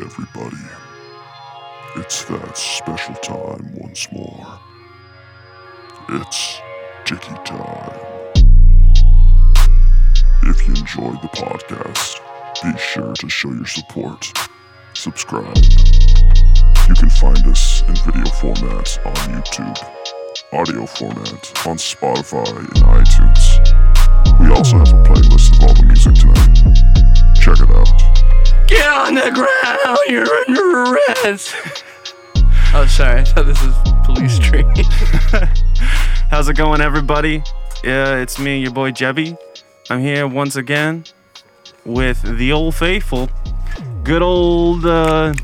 everybody. It's that special time once more. It's Jiggy Time. If you enjoyed the podcast, be sure to show your support. Subscribe. You can find us in video format on YouTube, audio format on Spotify and iTunes. We also have a playlist of all the music tonight. Check it out. Get on the ground, you're under arrest. oh, sorry, I thought this was police Hmm. training. How's it going, everybody? Yeah, it's me, your boy Jebby. I'm here once again with the old faithful, good old. Uh,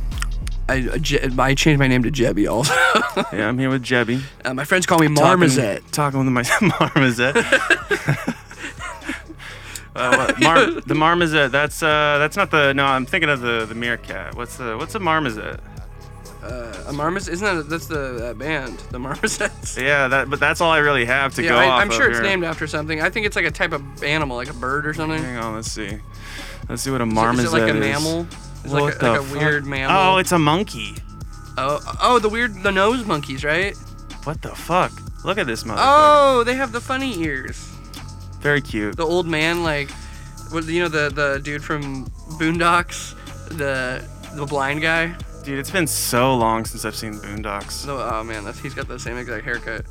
I, uh, Je- I changed my name to Jebby also. yeah, I'm here with Jebby. Uh, my friends call me Marmoset. Talking, talking with my marmoset. uh, what, mar- the marmoset. That's uh, that's not the. No, I'm thinking of the the meerkat. What's the what's a marmoset? A marmoset? Uh, Isn't that that's the that band, the Marmosets? Yeah, that. But that's all I really have to Yeah, go off I, I'm of sure it's here. named after something. I think it's like a type of animal, like a bird or something. Hang on, let's see. Let's see what a Is marmoset it- is it like a is. mammal? It's What like a, the like a fuck? weird mammal. Oh, it's a monkey. oh, oh, the weird, the nose monkeys, right? What the fuck? Look at this motherfucker. Oh, they have the funny ears. Very cute. the old man like what you know the the dude from boondocks the the blind guy Dude, it's been so long since I've seen Boondocks. so oh man that's he's got the same exact haircut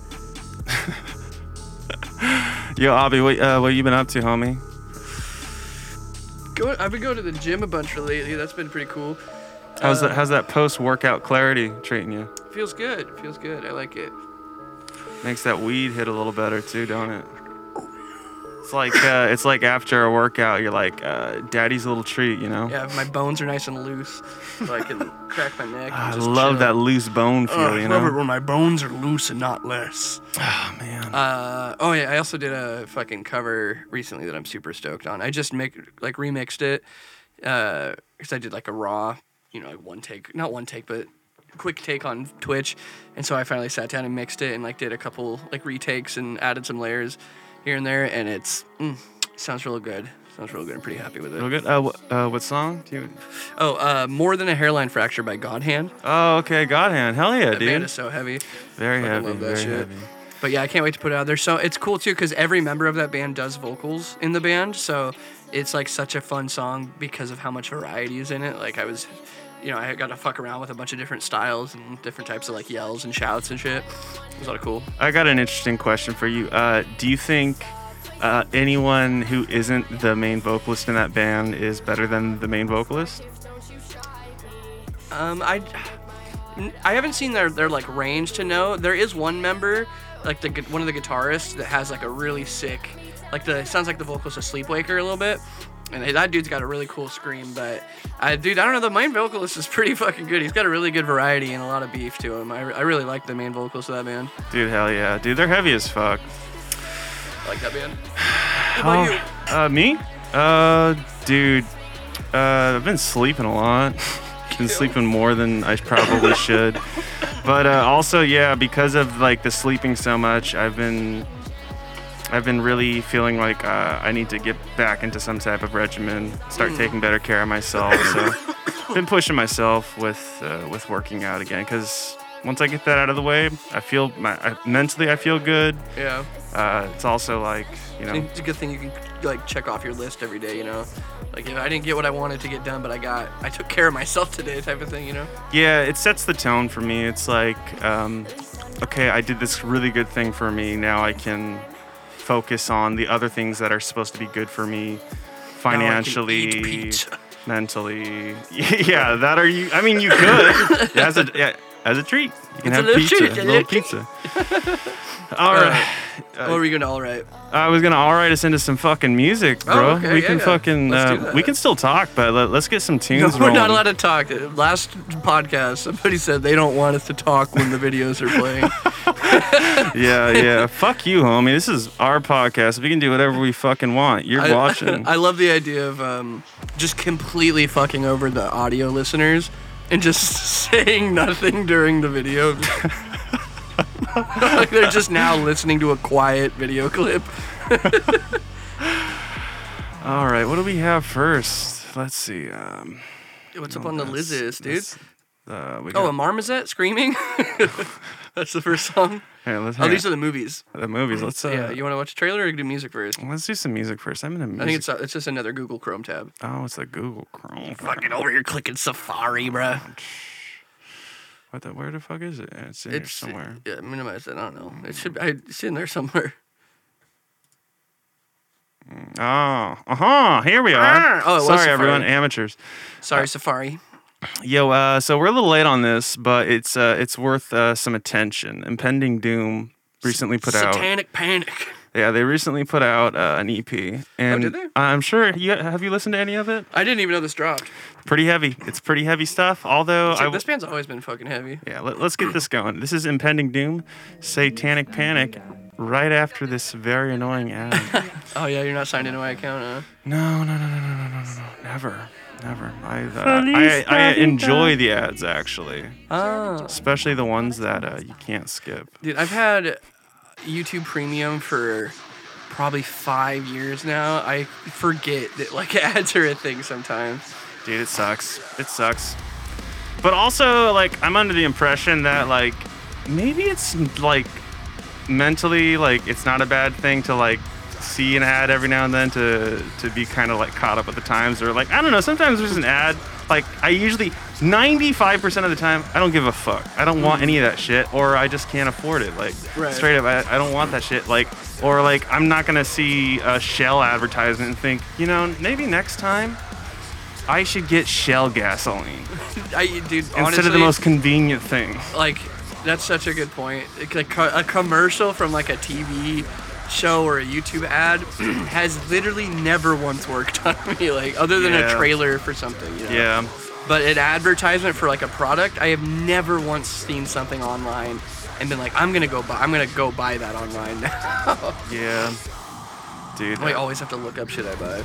Yo, Abby, what, uh, what you been up to, homie? go, i've been going to the gym a bunch lately that's been pretty cool How's Uh, that? How's that post-workout clarity treating you? feels good feels good i like it Makes that weed hit a little better too, don't it? It's like uh, it's like after a workout, you're like, uh, "Daddy's little treat," you know. yeah my bones are nice and loose so i can crack my neck and Ah, I just love chill. that loose bone feel, Ugh, you love it know. when my bones are loose and not less Oh man. Uh, oh yeah, I also did a fucking cover recently that I'm super stoked on. I just make like remixed it because I did like a raw, you know, like one take, not one take, but quick take on Twitch, and so I finally sat down and mixed it and like did a couple like retakes and added some layers here and there, and it's mm, sounds real good. Sounds real good. I'm pretty happy with Real it. good. Uh, wh- uh, what song? Do you- Oh, uh, more than a hairline fracture by Godhand. Oh, okay. God hand. Hell yeah, That band dude. is so heavy. Very Fucking heavy. love that very shit. heavy. But yeah, I can't wait to put it out there. So it's cool too because every member of that band does vocals in the band. So it's like such a fun song because of how much variety is in it. Like I was, you know, I got to fuck around with a bunch of different styles and different types of like yells and shouts and shit. It was a lot of cool. I got an interesting question for you. Uh, do you think uh, anyone who isn't the main vocalist in that band is better than the main vocalist? Um, I, I haven't seen their their like range to know. There is one member, like the gu- one of the guitarists that has like a really sick, like the it sounds like the vocals of Sleepwaker a little bit, and that dude's got a really cool scream. But I dude, I don't know. The main vocalist is pretty fucking good. He's got a really good variety and a lot of beef to him. I, I really like the main vocalist of that band. Dude, hell yeah. Dude, they're heavy as fuck. I like that band. How about you? Uh, me? Uh, dude, uh, I've been sleeping a lot. been sleeping more than I probably should. But uh, also, yeah, because of like the sleeping so much, I've been, I've been really feeling like uh, I need to get back into some type of regimen, start taking better care of myself. So, been pushing myself with uh, with working out again because. Once I get that out of the way, I feel my I, mentally I feel good. Yeah, Uh, it's also like you know it's a good thing you can like check off your list every day. You know, like if I didn't get what I wanted to get done, but I got I took care of myself today, type of thing. You know. Yeah, it sets the tone for me. It's like, um, okay, I did this really good thing for me. Now I can focus on the other things that are supposed to be good for me can financially, eat pizza. mentally. Yeah, that are you. I mean, you could as a yeah, as a treat. You It's can a have little pizza, treat, a a little Uh, little pizza. All right, What were you gonna all right? I was gonna all right us into some fucking music, Oh, bro. okay, we yeah, can yeah. fucking Let's do uh, that. we can still talk, but let, us get some tunes. we're not rolling. allowed to talk. Last podcast, somebody said they don't want us to talk when the videos are playing. Yeah, yeah. Fuck you, homie. This is our podcast. We can do whatever we fucking want. You're I, watching. I love the idea of um, just completely fucking over the audio listeners and just saying nothing during the video. like they're just now listening to a quiet video clip. All right, what do we have first? Let's see. Um, What's up on the that's- Lizzes, dude? that's- Uh, we got, Oh, a marmoset screaming. That's the first song. here, let's, Oh, these are the, the movies. movies. Let's uh, yeah, you want to watch a trailer or do music first? let's do some music first. I'm in a music. I think it's uh, it's just another Google Chrome tab. oh, it's the Google Chrome. Fucking over here clicking Safari, bruh. What the? Where the fuck is it? It's in It's here somewhere. Yeah, minimize it. I don't know. It should. Be, I, it's in there somewhere. Oh, uh huh. Here we are. Ah, oh, it was Sorry, Safari. everyone. Amateurs. Uh, Sorry, Safari. Yo, uh, so we're a little late on this, but it's uh, it's worth uh, some attention. Impending Doom recently put out. Satanic Panic. Yeah, they recently put out uh, an EP, and Oh, did they? I'm sure. You, have you listened to any of it? I didn't even know this dropped. Pretty heavy. It's pretty heavy stuff. Although It's like, Oh, I, this band's always been fucking heavy. yeah, let, us get this going. This is Impending Doom, Satanic Panic. Right after this very annoying ad. Oh yeah, you're not signed into my account, huh? no, no, no, no, no, no, no, no, never, never. I, uh, I, I enjoy the ads actually, Oh, especially the ones that uh, you can't skip. dude, I've had YouTube Premium for probably five years now. I forget that like ads are a thing sometimes. Dude, it sucks. It sucks. But also, like, I'm under the impression that, like, maybe it's like mentally, like, it's not a bad thing to like see an ad every now and then to to be kind of like caught up with the times or like I don't know. Sometimes there's an ad. Like, I usually 95% of the time I don't give a fuck. I don't want any of that shit, or I just can't afford it. Like, Right. straight up, I, I don't want that shit. Like, or like I'm not gonna see a Shell advertisement and think, you know, maybe next time. I should get Shell gasoline I, dude, instead honestly, of the most convenient thing. like that's such a good point. Like a, co- a commercial from like a TV show or a YouTube ad has literally never once worked on me, like other than Yeah. a trailer for something. You know? Yeah. But an advertisement for like a product, I have never once seen something online and been like, I'm gonna go buy, I'm gonna go buy that online. now. Yeah. Dude. I uh, always have to look up shit I buy.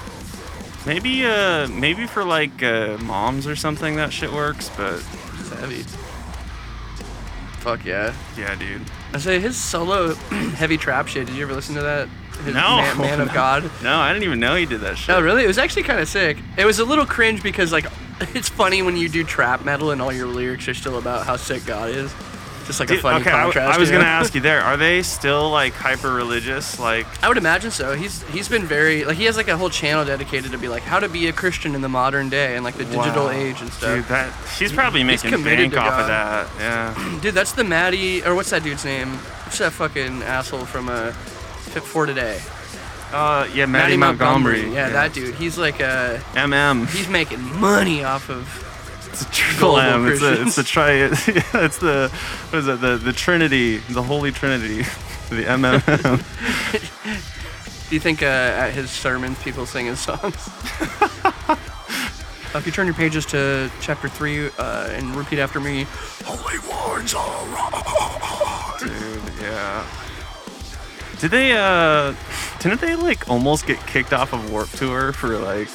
Maybe uh maybe for like uh, moms or something that shit works, but It's heavy. Fuck yeah. yeah, dude. I say his solo heavy trap shit. Did you ever listen to that? His No. Man, Man of No. God. No, I didn't even know you did that shit. Oh, really? It was actually kind of sick. It was a little cringe because, like, it's funny when you do trap metal and all your lyrics are still about how sick God is. Just like a Dude, funny okay, I, contrast. I was you know? gonna ask you there. Are they still like hyper religious? Like, I would imagine so. He's he's been very like he has like a whole channel dedicated to be like how to be a Christian in the modern day and like the digital wow. age and stuff. Dude, that she's probably making committed bank to off of God. that. Yeah. Dude, that's the Maddie or what's that dude's name? What's that fucking asshole from uh Fit for Today? Uh, yeah, Maddie, Montgomery. Yeah, that dude. He's like uh MM. he's making money off of It's a triple Gullible M. It's a, it's a Christians. tri. It's the what is it? The the Trinity, the Holy Trinity, the MMM. Do you think uh, at his sermons people sing his songs? if you turn your pages to chapter three uh, and repeat after me, holy words are Dude, yeah. Did they? uh Didn't they like almost get kicked off of Warp Tour for like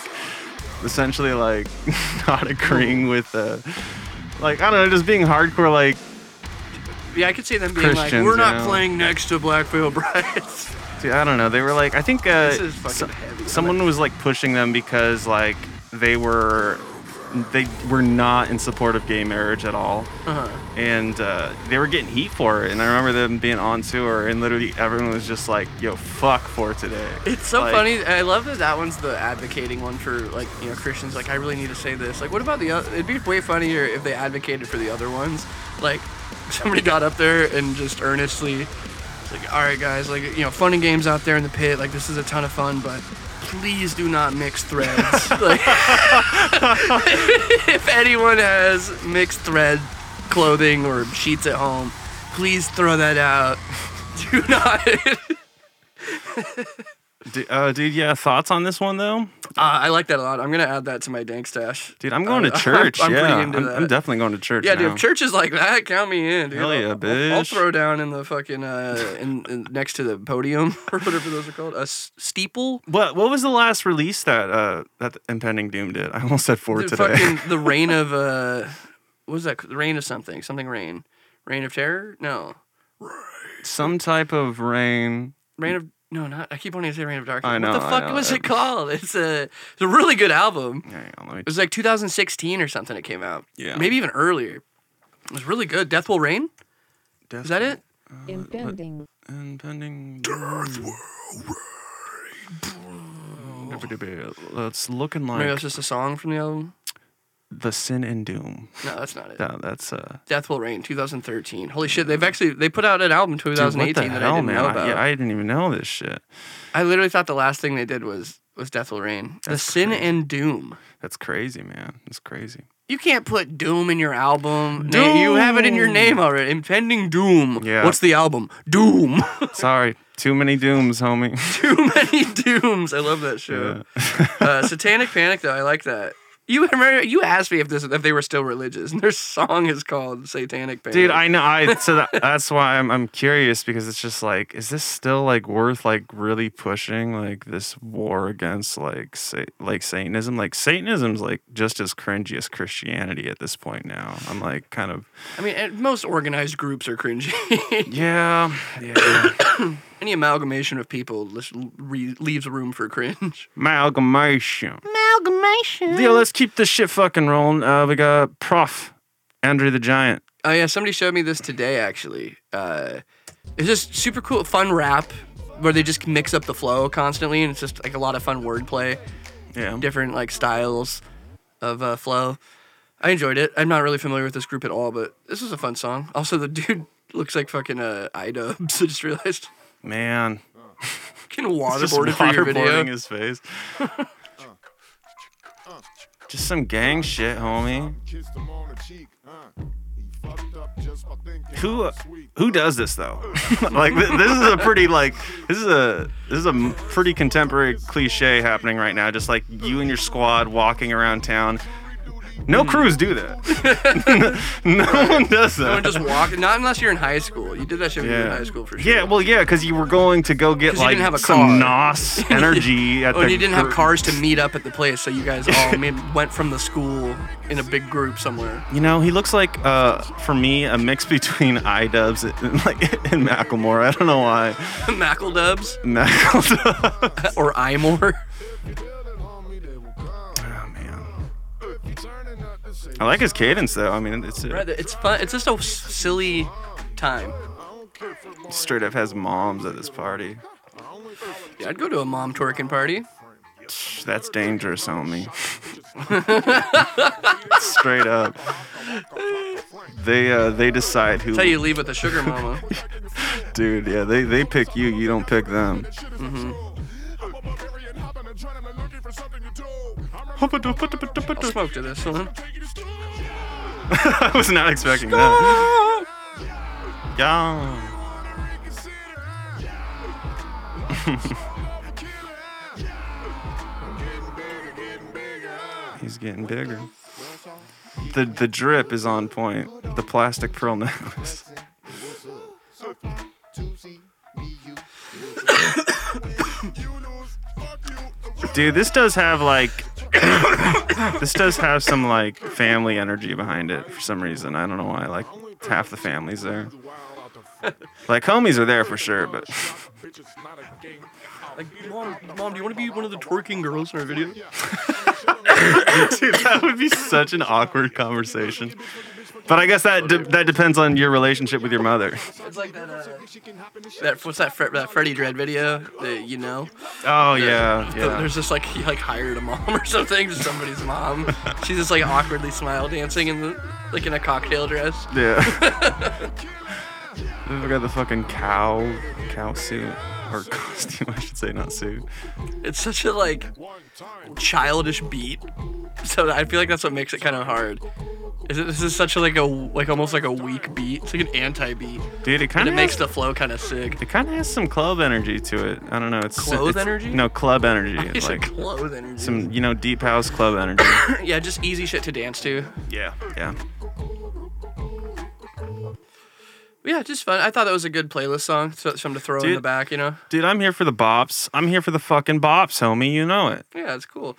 essentially like not agreeing with uh like I don't know, just being hardcore. Like Yeah, I could see them being Christians, like, "We're not yeah. playing next to Blackfield Brides." Dude, I don't know. They were like, I think uh, This is fucking heavy. someone was like pushing them because like they were they were not in support of gay marriage at all, Uh-huh. and uh, they were getting heat for it. And I remember them being on tour, and literally everyone was just like, "Yo, fuck for today." it's so Like, funny. I love that that one's the advocating one for like you know Christians. Like, I really need to say this. Like, what about the? other? It'd be way funnier if they advocated for the other ones. Like, somebody got up there and just earnestly, it's like, "All right, guys, like you know, fun and games out there in the pit. Like, this is a ton of fun, but." Please do not mix threads. like, if anyone has mixed thread clothing or sheets at home, please throw that out. Do not. Du- uh, dude, yeah. Thoughts on this one though, Uh, I like that a lot. I'm gonna add that to my dank stash. dude. I'm going Uh, to church. I'm, yeah, pretty into I'm, that. I'm definitely going to church. yeah, now. dude. If church is like that, count me in, dude. Hell yeah, I'll, I'll, I'll bitch. throw down in the fucking uh, in, in next to the podium or whatever those are called. A s- steeple. What What was the last release that uh that the impending doom did? I almost said for The today. fucking the reign of uh, what was that? The reign of something. Something reign. Reign of terror? No. Some type of rain. Reign of No, not. I keep wanting to say Reign of Darkness. I know, what the I fuck know. was it called? It's a, it's a really good album. It Hang on, let me was like 2016 or something. It came out. Yeah. Maybe even earlier. It was really good. Death Will Reign. Death Is that it? Impending. Impending Death That's looking like Maybe that's just a song from the album. the sin and doom. No, that's not it. No, that's uh. Death Will Reign, 2013. Holy shit! They've actually they put out an album in dude, what the 2018 that I hell, didn't man? know I- about. yeah, I didn't even know this shit. I literally thought the last thing they did was was Death Will Reign. The That's Sin crazy. and Doom. That's crazy, man. That's crazy. You can't put Doom in your album. Doom. You have it in your name already. Impending Doom. Yeah. What's the album? Doom. Sorry, too many dooms, homie. Too many Dooms. I love that show. uh, Satanic Panic though. I like that. You remember, you asked me if this if they were still religious, and their song is called Satanic Panic. Dude, I know. I so that, that's why I'm I'm curious because it's just like, is this still like worth like really pushing like this war against like sa- like Satanism? Like Satanism's like just as cringy as Christianity at this point now. I'm like kind of I mean, and most organized groups are cringy. yeah yeah Any amalgamation of people just re- leaves room for cringe. amalgamation. Amalgamation. Yo, let's keep this shit fucking rolling. Uh, we got Prof. Andrew the Giant. Oh yeah, somebody showed me this today actually. Uh, it's just super cool, fun rap where they just mix up the flow constantly, and it's just like a lot of fun wordplay, Yeah. different like styles of uh, flow. I enjoyed it. I'm not really familiar with this group at all, but this was a fun song. Also, the dude looks like fucking uh, iDubbbz. I just realized. Man. Fucking Just waterboarded for your video. waterboarding his face. Just some gang shit, homie. Kissed him on the cheek, huh? He fucked up just by thinking Who uh, I'm sweet. who does this though? like th- this is a pretty like this is a this is a m- pretty contemporary cliche happening right now. Just like you and your squad walking around town. No Hmm. crews do that. no one does that. Someone just walk. Not unless you're in high school. You did that shit when you were in high school for sure. Yeah, well, yeah, because you were going to go get 'Cause you like didn't have a car. some nos energy at Oh, the. and you didn't have gr- cars to meet up at the place, so you guys all made, went from the school in a big group somewhere. You know, he looks like, uh, for me, a mix between iDubbbz and like and Macklemore. I don't know why. Mackledubs Mackle- or Imore. oh man. I like his cadence though. I mean, it's Rather, It's fun. It's just a s- silly time. straight up has moms at this party. Yeah, I'd go to a mom twerking party. That's dangerous, homie. straight up. They uh, they decide who That's how you leave with a sugar mama. Dude, yeah, they, they pick you, you don't pick them. I'm a barbarian, hopping adrenaline, looking for something to do. I'm I'll smoke to this one. taking it slow. I was not expecting that. Yeah. He's getting bigger. The the drip is on point. The plastic pearl necklace. Dude, this does have like this does have some like family energy behind it for some reason. I don't know why. Like half the family's there. Like homies are there for sure, but Bitch, it's not a game. Like, mom, mom, do you want to be one of the twerking girls in our video? dude, that would be such an awkward conversation. But I guess that de- that depends on your relationship with your mother. It's like that. Uh, that what's that? Fre- that Freddie Dread video? The, you know. Oh yeah, The- yeah. There's just like he like hired a mom or something, just somebody's mom. She's just like awkwardly smile dancing in the like in a cocktail dress. Yeah. I got the fucking cow cow suit or costume, I should say, not suit. It's such a like childish beat. So I feel like that's what makes it kind of hard. Is it, this is such a like a like almost like a weak beat. It's like an anti beat, Dude, it and kind it of makes the flow kind of sick. It kind of has some club energy to it. I don't know. It's Clothes it's- energy? No club energy. It's like like clothes energy. some you know deep house club energy. yeah, just easy shit to dance to. yeah, yeah. Yeah, just fun. I thought that was a good playlist song, so something to throw in Dude. the back, you know. Dude, I'm here for the bops. I'm here for the fucking bops, homie. You know it, Yeah, it's cool.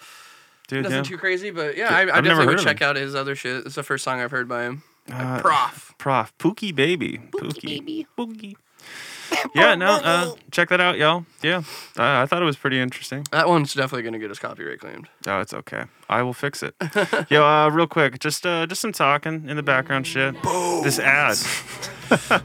dude. Nothing Yeah. too crazy, but yeah, I, I I've never definitely heard would of check him. out his other shit. It's the first song I've heard by him. Like, Uh, Prof. Prof. Pookie baby. Pookie. Pookie. yeah, no, uh, check that out, y'all. Yeah, uh, I thought it was pretty interesting. That one's definitely gonna get us copyright claimed. Oh, it's okay. I will fix it. Yo, uh, real quick, just uh, just some talking in the background shit. This ad.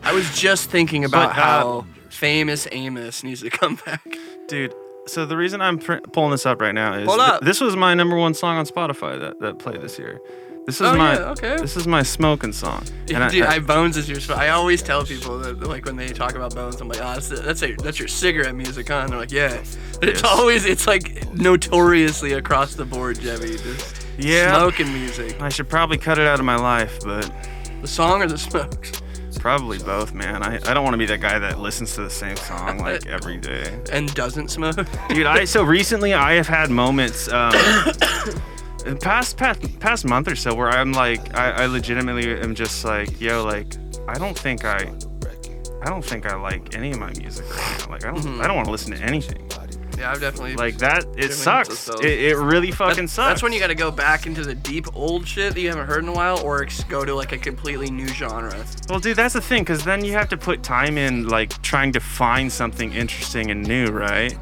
I was just thinking about uh, how famous Amos needs to come back. Dude, so the reason I'm pr- pulling this up right now is Pull th- up. this was my number one song on Spotify that, that played this year. This is Oh, my yeah, okay. this is my smoking song. And I- Dude, I- I, Bones is your. sp- I always tell people that, like, when they talk about Bones, I'm like, oh, that's that's, a, that's your cigarette music, huh? And they're like, yeah. But it's Yes. always, it's like notoriously across the board, Jebby. Just Yeah. smoking music. I should probably cut it out of my life, but The song or the smokes? probably both, man. I, I don't want to be that guy that listens to the same song like every day. And doesn't smoke? Dude, I so recently I have had moments um in past past past month or so where I'm like I, I legitimately am just like, yo, like I don't think I I don't think I like any of my music right now. Like I don't I don't want to listen to anything. yeah, I've definitely. Like that it Doing sucks. itself. It, it really that- fucking sucks. That's when you gotta go back into the deep old shit that you haven't heard in a while, or ex- go to like a completely new genre. Well dude, that's the thing, cause then you have to put time in like trying to find something interesting and new, right?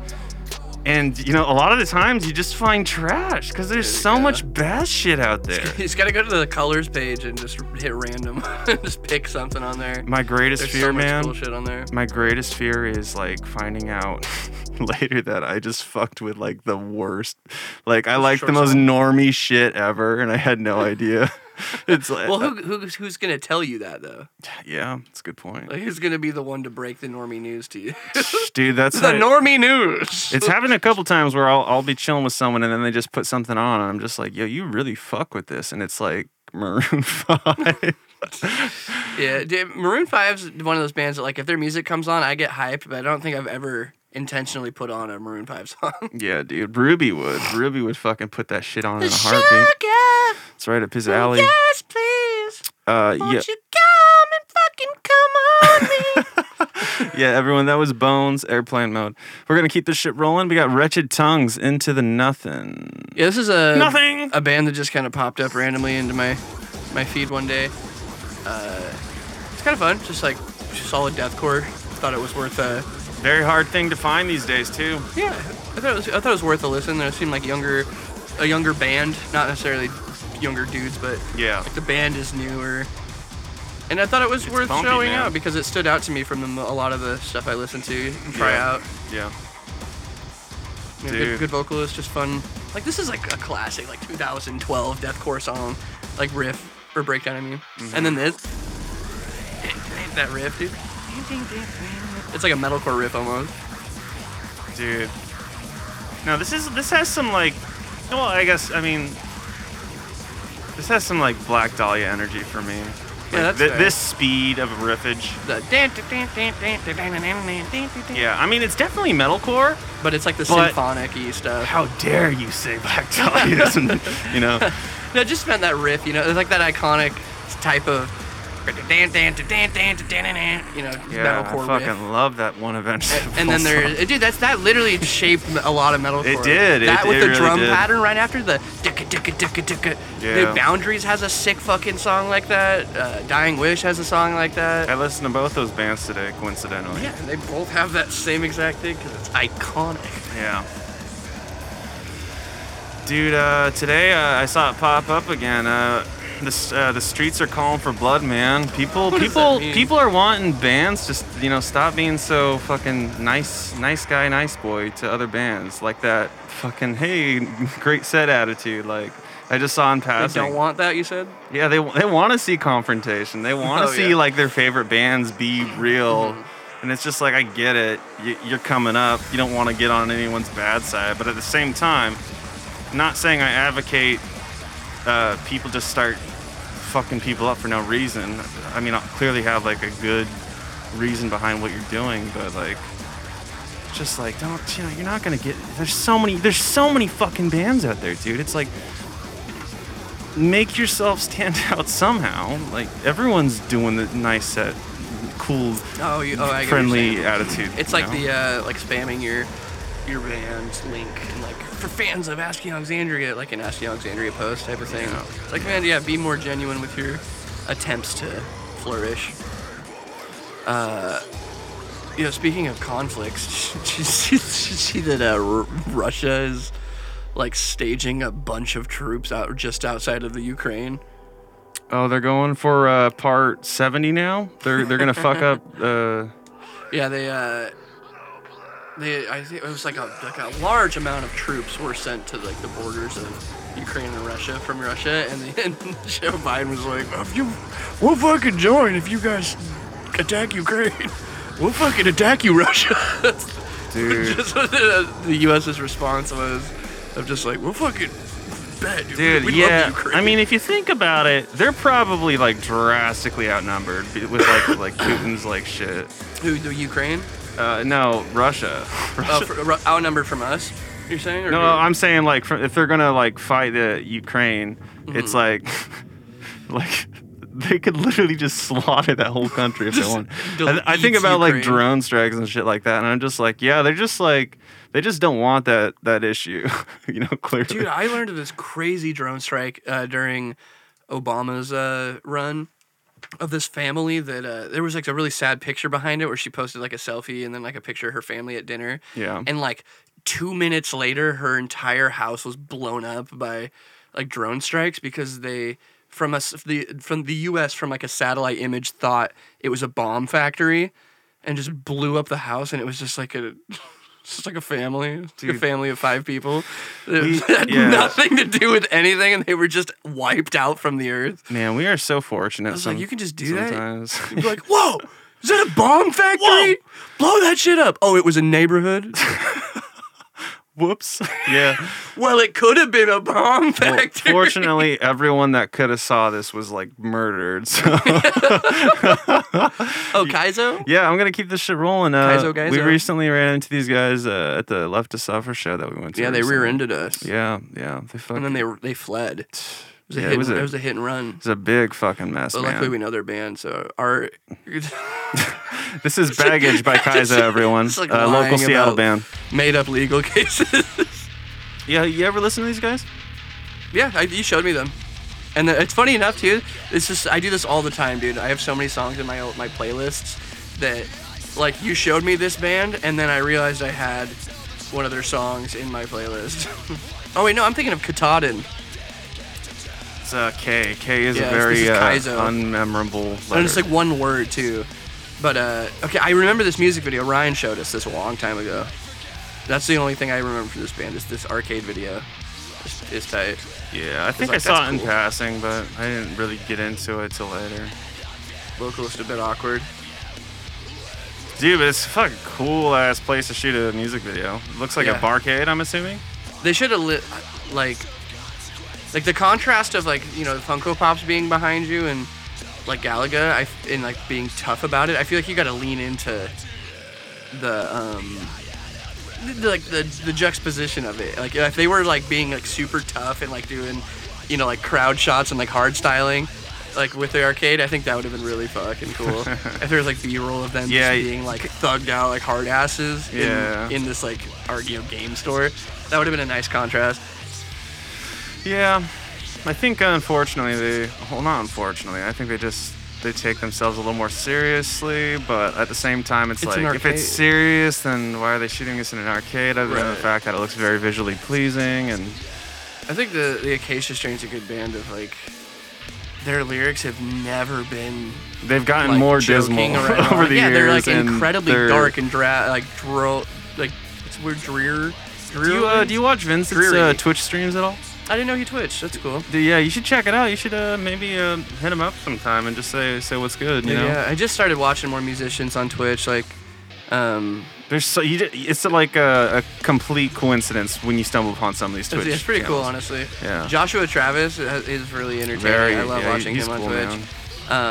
And you know, a lot of the times you just find trash because there's so Yeah. much bad shit out there. You just gotta go to the colors page and just hit random, just pick something on there. My greatest There's fear, so much man. cool shit on there. My greatest fear is like finding out later that I just fucked with like the worst. Like I like the Short most song. normie shit ever, and I had no idea. it's like, uh, Well, who, who who's gonna tell you that though? yeah, it's a good point, Like, who's gonna be the one to break the normie news to you? dude. That's the how- normie news. It's happened a couple times where I'll I'll be chilling with someone and then they just put something on, and I'm just like, yo, you really fuck with this, and it's like Maroon Five. yeah, dude, Maroon Five's one of those bands that like if their music comes on, I get hyped, but I don't think I've ever intentionally put on a Maroon Five song. yeah, dude, Ruby would. Ruby would fucking put that shit on in a heartbeat. Sugar, It's right up his Oh, alley. yes, please. Uh, Won't yeah. you come and fucking come on me? Yeah, everyone, that was Bones, airplane mode. We're gonna keep this shit rolling. We got Wretched Tongues into the nothing. Yeah, this is a Nothing. a band that just kind of popped up randomly into my my feed one day. Uh, it's kind of fun, just like solid deathcore. Thought it was worth a Very hard thing to find these days too. yeah. I thought it was, I thought it was worth a listen. It seemed like younger a younger band, not necessarily younger dudes, but Yeah. like the band is newer. And I thought it was worth bumpy, showing man. out because it stood out to me from the, a lot of the stuff I listened to and try Yeah. out. Yeah. You know, good, Dude. good vocalist, just fun. Like this is like a classic, like 2012 deathcore song, like riff or breakdown. I mean, Mm-hmm. and then this, that riff, dude. It's like a metalcore riff almost. Dude. No, this is this has some like well, I guess I mean this has some like Black Dahlia energy for me. Yeah, Like, that's thi- fair. this speed of riffage. The dan- dan- dan- dan- dan- dan- dan- dan- dan- dan- Yeah, I mean it's definitely metalcore. But it's like the But- symphonic-y stuff. How dare you say Black Dahlia? isn't- you know. No, just meant that riff. You know, it's like that iconic type of. dan- dan- dan- dan- dan- dan- dan- dan, You know, Yeah, I metalcore fucking riff. love that one eventually. And then there, dude, that's that literally shaped a lot of metalcore. It did, it- That with it the really drum did. pattern right after the dicka dicka dicka dicka. Yeah. The Boundaries has a sick fucking song like that. Uh, Dying Wish has a song like I that. listened to both those bands today, coincidentally. Yeah, and they both have that same exact thing because it's iconic. Yeah. Dude, uh, today uh, I saw it pop up again. Uh, this, uh, the streets are calling for blood, man. People, What does people, that mean? people are wanting bands. Just you know, stop being so fucking nice, nice guy, nice boy to other bands like that. Fucking hey, great set attitude. Like I just saw in I passing. don't want that. You said. Yeah, they they want to see confrontation. They want to Oh, see yeah. Mm-hmm. like their favorite bands be real. And it's just like I get it. You, you're coming up. You don't want to get on anyone's bad side, but at the same time, not saying I advocate uh, people just start fucking people up for no reason. I mean, I clearly have like a good reason behind what you're doing, but like just like don't you know you're not gonna get there's so many there's so many fucking bands out there dude it's like make yourself stand out somehow like everyone's doing the nice set cool Oh, you, oh, I get what you're saying. friendly attitude It's like the uh, like spamming your your band's link and like for fans of Asking Alexandria, like an Asking Alexandria post type of thing. It's like man, yeah, be more genuine with your attempts to flourish. Uh, You know, speaking of conflicts, did you see, did you see that uh, R- Russia is like staging a bunch of troops out just outside of the Ukraine? Oh, they're going for uh, part 70 now. They're they're gonna fuck up. Uh, Yeah, they uh, they I think it was like a like a large amount of troops were sent to like the borders of Ukraine and Russia from Russia, and, the, and Joe Biden was like, "If you, we'll fucking join if you guys attack Ukraine. We'll fucking attack you, Russia." Dude. just what the, the U.S.'s response was of just like, "We'll fucking bet, dude. dude, we we yeah. love Ukraine." I mean, if you think about it, they're probably like drastically outnumbered be- with like like Putin's like shit. who the Ukraine? Uh, no, Russia. Uh, for, ru- outnumbered from us. You're saying? Or No, who? I'm saying like fr- if they're gonna like fight the Ukraine, it's like Mm-hmm. like they could literally just slaughter that whole country if they want. I, I think delete about like Ukraine. drone strikes and shit like that, and I'm just like, yeah, they're just like they just don't want that that issue, you know, clearly. Dude, I learned of this crazy drone strike uh, during Obama's uh, run of this family that uh, there was like a really sad picture behind it where she posted like a selfie and then like a picture of her family at dinner. Yeah. And like two minutes later, her entire house was blown up by like drone strikes because they from us the from the U.S. from like a satellite image thought it was a bomb factory and just blew up the house and it was just like a. It's just like a family, it's like a Dude. family of five people. We- It had yeah. nothing to do with anything, and they were just wiped out from the earth. Man, we are so fortunate. was like, some- you can just do that? sometimes. You'd be like, "Whoa, is that a bomb factory? Blow that shit up!" Oh, it was a neighborhood. Whoops. Yeah. well, it could have been a bomb Well, factory. fortunately, everyone that could have saw this was like murdered. So oh, Kaizo. Yeah, I'm gonna keep this shit rolling. Uh, Kaizo, Gaizo. We recently ran into these guys uh, at the Left to Suffer show that we went to. Yeah, they recently. rear-ended us, Yeah, yeah, they fucking. and then they they fled. It was a, Yeah, hit, it was and- a- it was a hit and run. it's a big fucking mess, But man. luckily, we know their band, so our This is baggage by Kaiser, everyone. It's like uh, lying local Seattle about band. made-up legal cases. Yeah, you ever listen to these guys? Yeah, I, you showed me them. And the, it's funny enough too. It's just I do this all the time, dude. I have so many songs in my my playlists that, like, you showed me this band, and then I realized I had one of their songs in my playlist. oh wait, no, I'm thinking of Katahdin. It's uh, K. K is Yeah, a this very is uh, Kaizo. unmemorable. Letter. And it's like one word too. But uh, okay, I remember this music video. Ryan showed us this a long time ago. That's the only thing I remember from this band is this arcade video. It's, it's tight. yeah, I think like, I saw it that's in cool. passing, but I didn't really get into it till later. Vocalist a bit awkward. Dude, but it's a fucking cool ass place to shoot a music video. It looks like Yeah. a barcade, I'm assuming. they should have lit like like the contrast of like you know Funko Pops being behind you and like Galaga I f and like being tough about it. I feel like you got to lean into the um the- the, like the the juxtaposition of it. Like if they were like being like super tough and like doing you know like crowd shots and like hard styling. Like with the arcade, I think that would have been really fucking cool. if there was like B-roll of them Yeah, y- just being like thugged out like hard asses in- Yeah. in, this like art you know, game store, that would have been a nice contrast. Yeah, I think unfortunately they, well not unfortunately, I think they just they take themselves a little more seriously. But at the same time, it's, It's an like if it's arcade. serious, then why are they shooting this in an arcade? Other than the Right. fact that it looks very visually pleasing and I think the the Acacia Strain's a good band of like their lyrics have never been they've gotten like, more joking dismal or over ironic. the yeah, years. they're like and incredibly they're- dark and dra- like drill like it's weird drear. drear Do you, uh, do you watch Vince's Dreary. uh, Twitch streams at all? I didn't know he twitched. That's cool. Dude, yeah, you should check it out. You should uh, maybe uh, hit him up sometime and just say say what's good. You know, Yeah, I just started watching more musicians on Twitch. Like, um, there's so you, ju- it's like a, a complete coincidence when you stumble upon some of these Twitch. it's, it's pretty cool, channels. honestly. Yeah. Joshua Travis is is really entertaining. Very, I love yeah, watching he's him on cool, Twitch. man.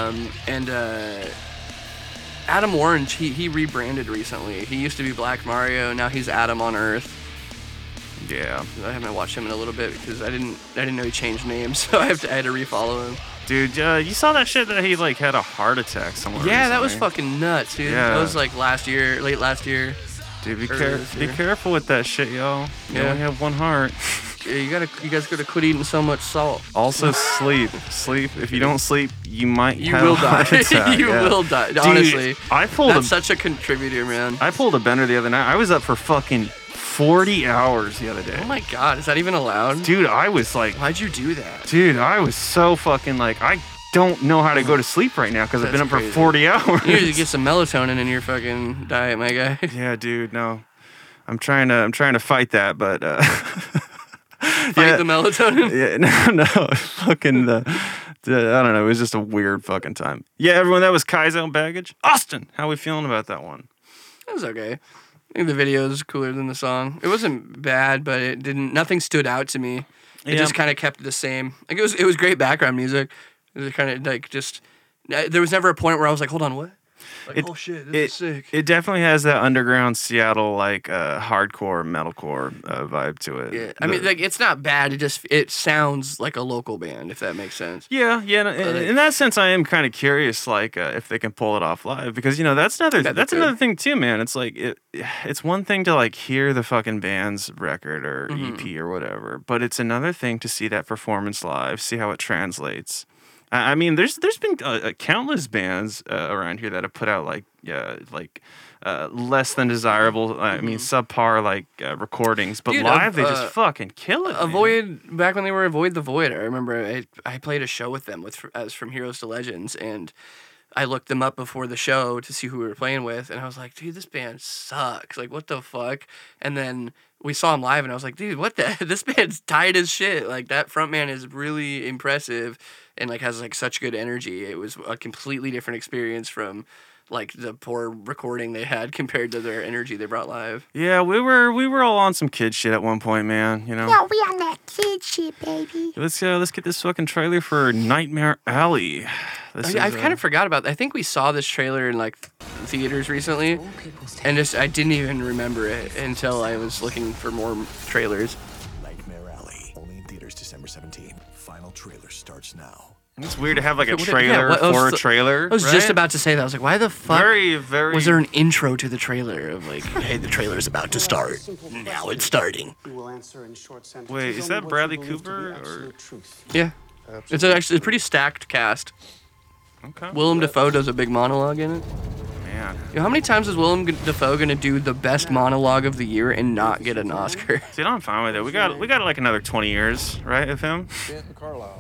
Um, and uh, Adam Orange, he, he rebranded recently. He used to be Black Mario, now he's Adam on Earth. Yeah, I haven't watched him in a little bit because I didn't I didn't know he changed names, so I have to I had to refollow him. dude, uh, you saw that shit that he like had a heart attack somewhere. Yeah, that was recently. fucking nuts, dude. That Yeah. was like last year, late last year. Dude, be earlier careful. this Be year. careful with that shit, y'all. You Yeah. only have one heart. you gotta, you guys gotta quit eating so much salt. Also, sleep. Sleep. If you don't sleep, you might You have will a heart die. attack, You yeah. will die. Dude, Honestly, I pulled a That's such a contributor, man. I pulled a bender the other night. I was up for fucking 40 hours the other day. Oh my god, is that even allowed? Dude, I was like, Why'd you do that? dude, I was so fucking like, I don't know how to go to sleep right now because I've been up That's crazy. for 40 hours. You need to get some melatonin in your fucking diet, my guy. yeah, dude, no. I'm trying to, I'm trying to fight that, but, uh, Fight the melatonin. yeah, no, no, fucking the, the, I don't know. It was just a weird fucking time. Yeah, everyone, that was Kai's own baggage. Austin, how we feeling about that one? It was okay. I think the video is cooler than the song. It wasn't bad, but it didn't. Nothing stood out to me. It Yeah. just kind of kept it the same. Like it was, it was great background music. It was kind of like just. I- There was never a point where I was like, "Hold on, what?" Like, It- oh shit, this is it, sick. It definitely has that underground Seattle like uh, hardcore metalcore uh, vibe to it. yeah, I mean, The- like it's not bad. It just it sounds like a local band, if that makes sense. yeah, yeah. no, In, like- in that sense, I am kind of curious, like uh, if they can pull it off live, because you know that's another That'd be that's good. another thing too, man. It's like it, it's one thing to like hear the fucking band's record or Mm-hmm. EP or whatever, but it's another thing to see that performance live, see how it translates. I I mean, there's there's been uh, uh, countless bands uh, around here that have put out like yeah like uh, less than desirable. I mean, subpar like uh, recordings, but Mm-hmm. Dude, live av- they just uh, fucking kill it. man. Avoid back when they were Avoid the Void. I remember I, I played a show with them with as from Heroes to Legends, and I looked them up before the show to see who we were playing with, and I was like, dude, this band sucks. Like, what the fuck? And then we saw them live, and I was like, dude, what the? This band's tight as shit. Like that front man is really impressive, and like has like such good energy. It was a completely different experience from. Like the poor recording they had compared to their energy they brought live. Yeah, we were we were all on some kid shit at one point, man. You know. Yo, we on that kid shit, baby. Let's uh, let's get this fucking trailer for Nightmare Alley. This I, I've uh, kind of forgot about. I think we saw this trailer in like theaters recently, and just I didn't even remember it until I was looking for more trailers. Nightmare Alley. Only in theaters December 17th. Final trailer starts now. It's weird to have like a What- yeah, trailer what- oh, I was for a th- trailer. I was just right? about to say that. I was like, why the fuck Very very. was there an intro to the trailer of like? Hey, the trailer's about to start. Now it's starting. You will answer in short sentences. Wait, is only that what you Bradley believe to be Cooper, or- absolute truth. yeah, it's a, actually a pretty stacked cast. Okay. Willem Dafoe does a big monologue in it. man? Yo, how many times is Willem G- Dafoe gonna do the best monologue of the year and not get an Oscar? Dude, I'm fine with it. We got we got like another 20 years, right, of him.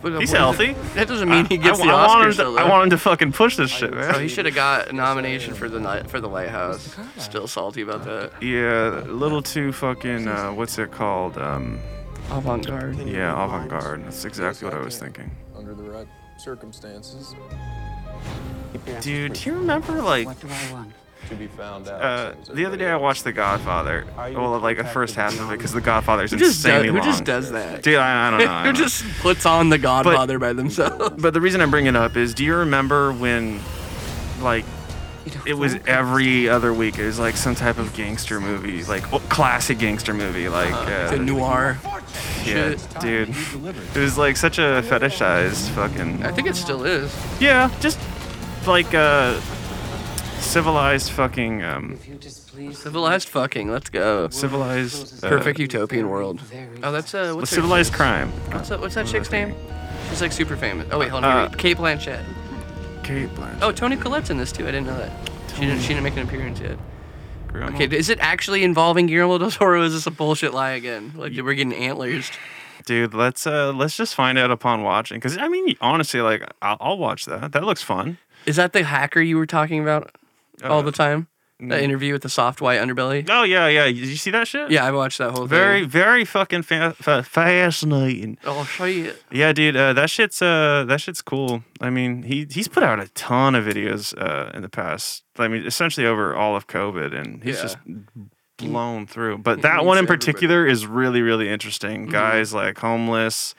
But, uh, He's what- healthy. That doesn't mean he I- gets I, the I Oscar. want him to, still, I though. want him to fucking push this shit, Oh, he man. should have got a nomination for the night for the lighthouse. Still salty about that. Yeah, a little too fucking. Uh, what's it called? Um, Avant garde. yeah, avant garde. That's exactly what I was thinking. under the right circumstances Dude, do you remember like What do I want? to be found out. Uh, Sounds the other day I everybody watched The Godfather. Well, like the first half of it, because The Godfather's Who just, does, insanely who just long. does that? Dude, I, I don't know. I who don't know. just puts on the Godfather by themselves? But the reason I bring it up is, do you remember when, like, it was every other week? It was like some type of gangster movie, like oh, classic gangster movie, like uh, The noir. yeah, shit. dude. It was like such a fetishized fucking. I think it still is. Yeah, just like uh, civilized fucking um, If you displease Civilized fucking. Let's go. civilized. Uh, Perfect utopian world. Oh, that's uh, what's her- Civilized crime. What's that, what's that chick's name? She's like super famous. Oh wait, hold on. Uh, Kate Blanchett. Kate Blanchett. Oh, Tony Collette's in this too. I didn't know that. She didn't. She didn't make an appearance yet. Grandma. Okay, is it actually involving Guillermo del Toro? Or is this a bullshit lie again? Like we're getting antlers. dude let's uh let's just find out upon watching because i mean honestly like I'll, I'll watch that that looks fun Is that the hacker you were talking about Uh, all the time? That interview with the soft white underbelly? oh yeah yeah did you see that shit Yeah, I watched that whole very thing. very fucking fa- fa- fascinating Oh, shit. yeah dude uh, that shit's uh that shit's cool i mean he he's put out a ton of videos uh in the past i mean essentially over all of covid and he's Yeah. just blown through but that meets one in Mm-hmm. everybody. Mm-hmm. particular is really really interesting guys like homeless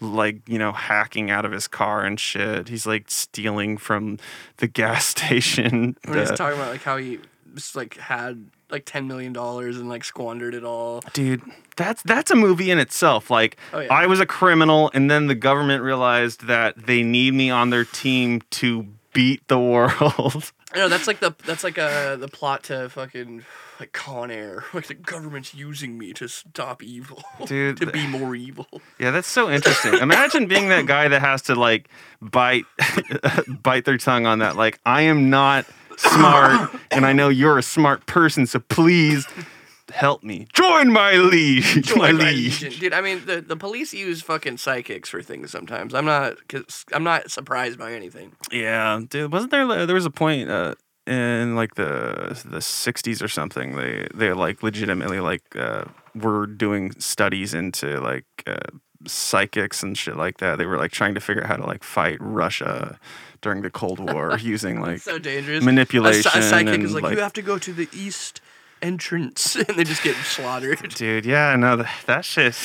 like you know hacking out of his car and shit he's like stealing from the gas station When he's Uh, talking about like how he just, like had like ten million dollars and like squandered it all. dude that's that's a movie in itself like Oh, yeah. i was a criminal and then the government realized that they need me on their team to beat the world No, that's like the that's like uh the plot to fucking like Con Air. Like the government's using me to stop evil, Dude, to be more evil. Yeah, that's so interesting. Imagine being that guy that has to like bite bite their tongue on that. Like, I am not smart, and I know you're a smart person, so please help me. Join my league. my Like, I- league. dude. I mean, the, the police use fucking psychics for things sometimes. I'm not, cause I'm not surprised by anything. Yeah, dude. Wasn't there like, there was a point uh, in like the the '60s or something? They they like legitimately like uh, were doing studies into like uh, psychics and shit like that. They were like trying to figure out how to like fight Russia during the Cold War using like So dangerous. A, psy- manipulation a psychic and, is like, like- you have to go to the east entrance, and they just get slaughtered. Dude, yeah, no, that, that shit's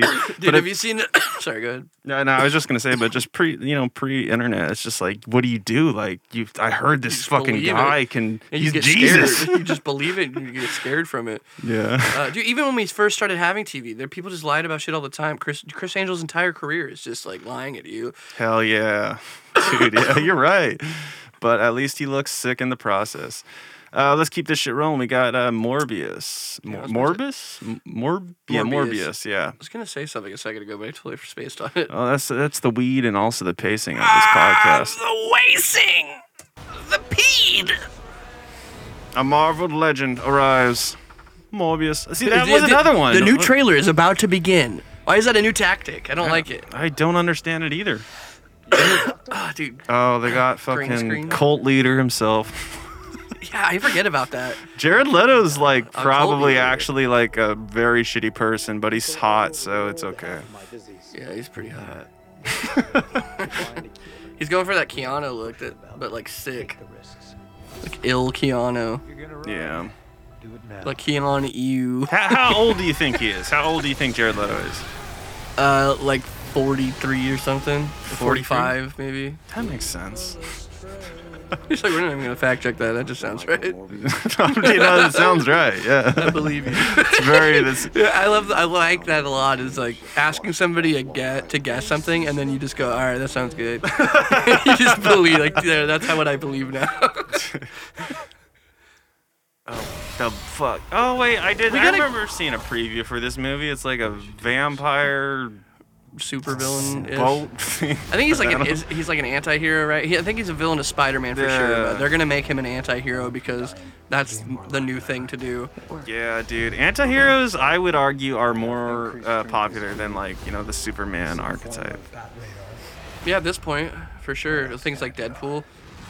Dude, but have if, you seen? Sorry, go ahead. no, no, I was just gonna say, but just pre, you know, pre-internet, it's just like, what do you do? Like, you, I heard this just fucking believe it. guy can, And he's you get Jesus. scared. You just believe it, and you get scared from it. Yeah. Uh, dude, even when we first started having TV, there people just lied about shit all the time. Chris Chris Angel's entire career is just like lying at you. Hell yeah. Dude, yeah, you're right. But at least he looks sick in the process. Uh, let's keep this shit rolling. We got uh, Morbius. Mor- Morbus? M- Morb- Yeah, Morbius. Morbius. Yeah. I was gonna say something a second ago, but I totally spaced on it. Oh, that's that's the weed and also the pacing of this podcast. The wasting, the peed. A Marvel legend arrives. Morbius. See, that was another one. The new Look, trailer is about to begin. Why is that a new tactic? I don't like it. I don't understand it either. Ah, dude. Oh, they got Green fucking screen. cult leader himself. Yeah, I forget about that. Jared Leto's like cult probably leader. actually like a very shitty person, but he's hot, so it's okay. My disease. Yeah, he's pretty hot. he's going for that Keanu look, that, but like sick, The risks. like ill Keanu, Yeah. like Keanu you. How, how old do you think he is? How old do you think Jared Leto is? Uh, like 43 or something. 45, maybe. That makes sense. He's like, we're not even going to fact check that. That just sounds right. you know, uh, that sounds right. Yeah. Believe you. It's very. That's, Yeah, I love, I like that a lot. Is like asking somebody a get to guess something, and then you just go, all right, that sounds good. you just believe, like, there, that's how what I believe now. the fuck. Oh wait, I did. I gotta- remember seeing a preview for this movie. It's like a vampire Super villain. boat thing. I think he's like an is, he's like an anti-hero, right? He, I think he's a villain to Spider-Man for sure, Yeah. but they're gonna make him an anti-hero because that's the new thing to do. Yeah, dude. Antiheroes, I would argue, are more uh, popular than like you know the Superman archetype. Yeah, at this point, for sure. Things like Deadpool.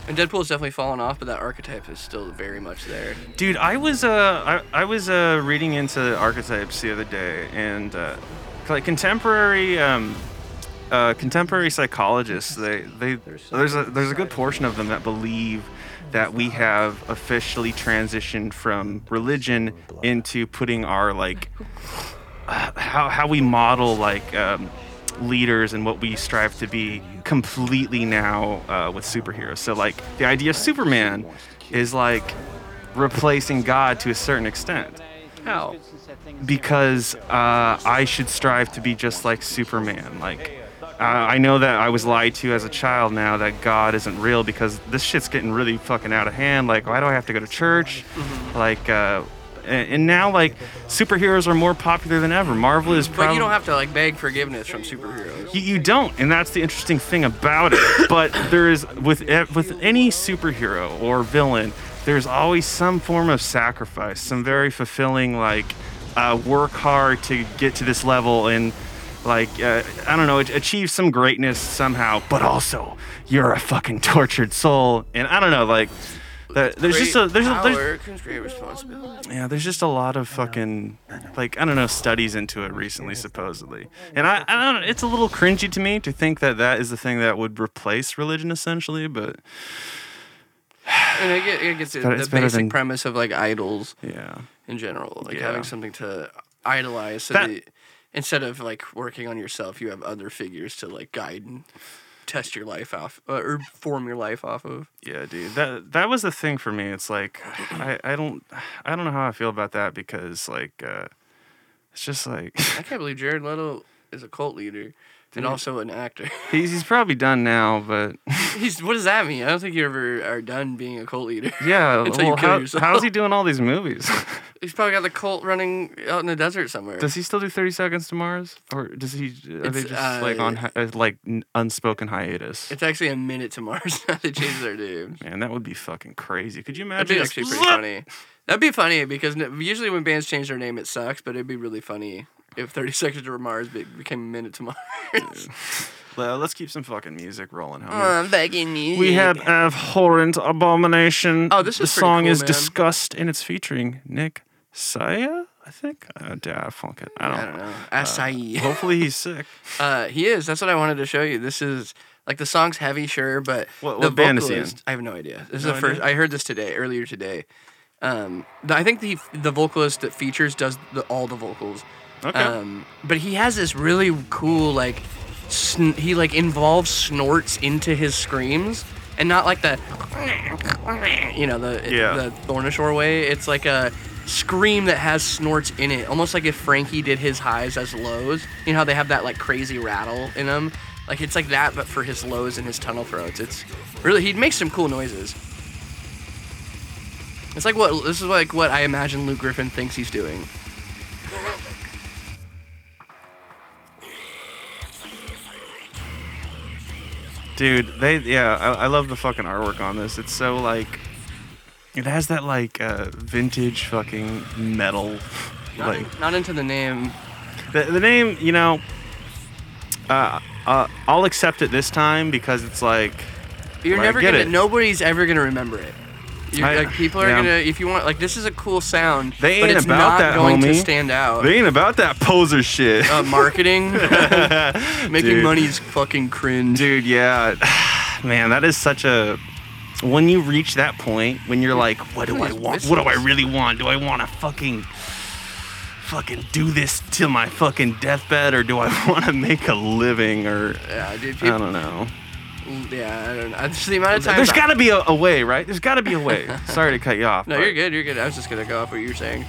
And Deadpool's definitely fallen off, but that archetype is still very much there. Dude, I was uh, I, I was uh, reading into archetypes the other day, and uh, like contemporary um, uh, contemporary psychologists, they they there's a there's a good portion of them that believe that we have officially transitioned from religion into putting our like how how we model like um, leaders and what we strive to be completely now uh, with superheroes. So like the idea of Superman is like replacing God to a certain extent How? because uh, I should strive to be just like Superman. Like uh, I know that I was lied to as a child. Now that God isn't real because this shit's getting really fucking out of hand. Like why do I have to go to church? Mm-hmm. Like. Uh, and and now, like superheroes are more popular than ever. Marvel is probably But you don't have to like beg forgiveness from superheroes. you, you don't, and that's the interesting thing about it. But there is with e- with any superhero or villain, there's always some form of sacrifice, some very fulfilling like uh, work hard to get to this level and like uh, I don't know, ach- achieve some greatness somehow. But also, you're a fucking tortured soul, and I don't know, like that, there's just a Great there's a, power there's, comes great responsibility. yeah, there's just a lot of fucking like I don't know studies into it recently, supposedly, and I, I don't. It's a little cringy to me to think that that is the thing that would replace religion essentially, but And I get, I get the, better- it's the better basic than- premise of like idols yeah, in general, like Yeah. having something to idolize. So That- that, instead of like working on yourself, you have other figures to like guide and test your life off uh, or form your life off of. yeah, dude. That that was the thing for me. It's like I, I don't I don't know how I feel about that because like uh, it's just like I can't believe Jared Leto is a cult leader. and Mm. also an actor. He's, he's probably done now, but He's what does that mean? I don't think you ever are done being a cult leader. yeah. Until you well, kill how- yourself. how's he doing all these movies? He's probably got the cult running out in the desert somewhere. does he still do Thirty Seconds to Mars, or does he? Are they It's, just like uh, on hi- uh, like n- unspoken hiatus? it's actually a minute to Mars. now they changed their name. Man, that would be fucking crazy. Could you That'd imagine? be just actually pretty funny. That'd be funny because n- usually when bands change their name, it sucks. But it'd be really funny if Thirty Seconds to Mars be- became a minute to Mars. Le- Let's keep some fucking music rolling, homie. begging you. we had abhorrent abomination. Oh, this the is pretty song cool, is man. discussed and it's featuring Nick Saya, I think. Uh, yeah, I funk it. I don't, I don't know. Acai. Hopefully he's sick. Uh, he is. That's what I wanted to show you. This is like the song's heavy, sure, but What- the what band is he in? vocalist- I have no idea. This is No the first. I heard this today, earlier today. Um, the, I think the the vocalist that features does the, all the vocals. Okay. Um, but he has this really cool like, sn- he like involves snorts into his screams, and not like the, you know the Yeah. the Thornishore way. It's like a scream that has snorts in it, almost like if Frankie did his highs as lows. You know how they have that like crazy rattle in them. Like it's like that, but for his lows and his tunnel throats. It's really he makes some cool noises. It's like what this is like what I imagine Luke Griffin thinks he's doing. Dude, they yeah, I, I love the fucking artwork on this. It's so like it has that like uh, vintage fucking metal Not, like not into the name. The, the name, you know, uh, uh, I'll accept it this time because it's like, You're Right, never get gonna. it. Nobody's ever gonna remember it. You're, I- like people are yeah. gonna. If you want, like this is a cool sound. They but ain't it's about not that, going to homie. stand out. they ain't about that poser shit. uh, marketing, making Dude. money is fucking cringe. Dude, yeah. Man, that is such a. When you reach that point, when you're like, what do I these want? What do I whistles. really want? Do I want to fucking. Fucking do this till my fucking deathbed, or do I want to make a living, or Yeah, dude. I People, don't know. yeah, I don't know. Just the amount of times. There's I- got to be a, a way, right? There's got to be a way. Sorry to cut you off. No, but- you're good. You're good. I was just gonna go off what you were saying.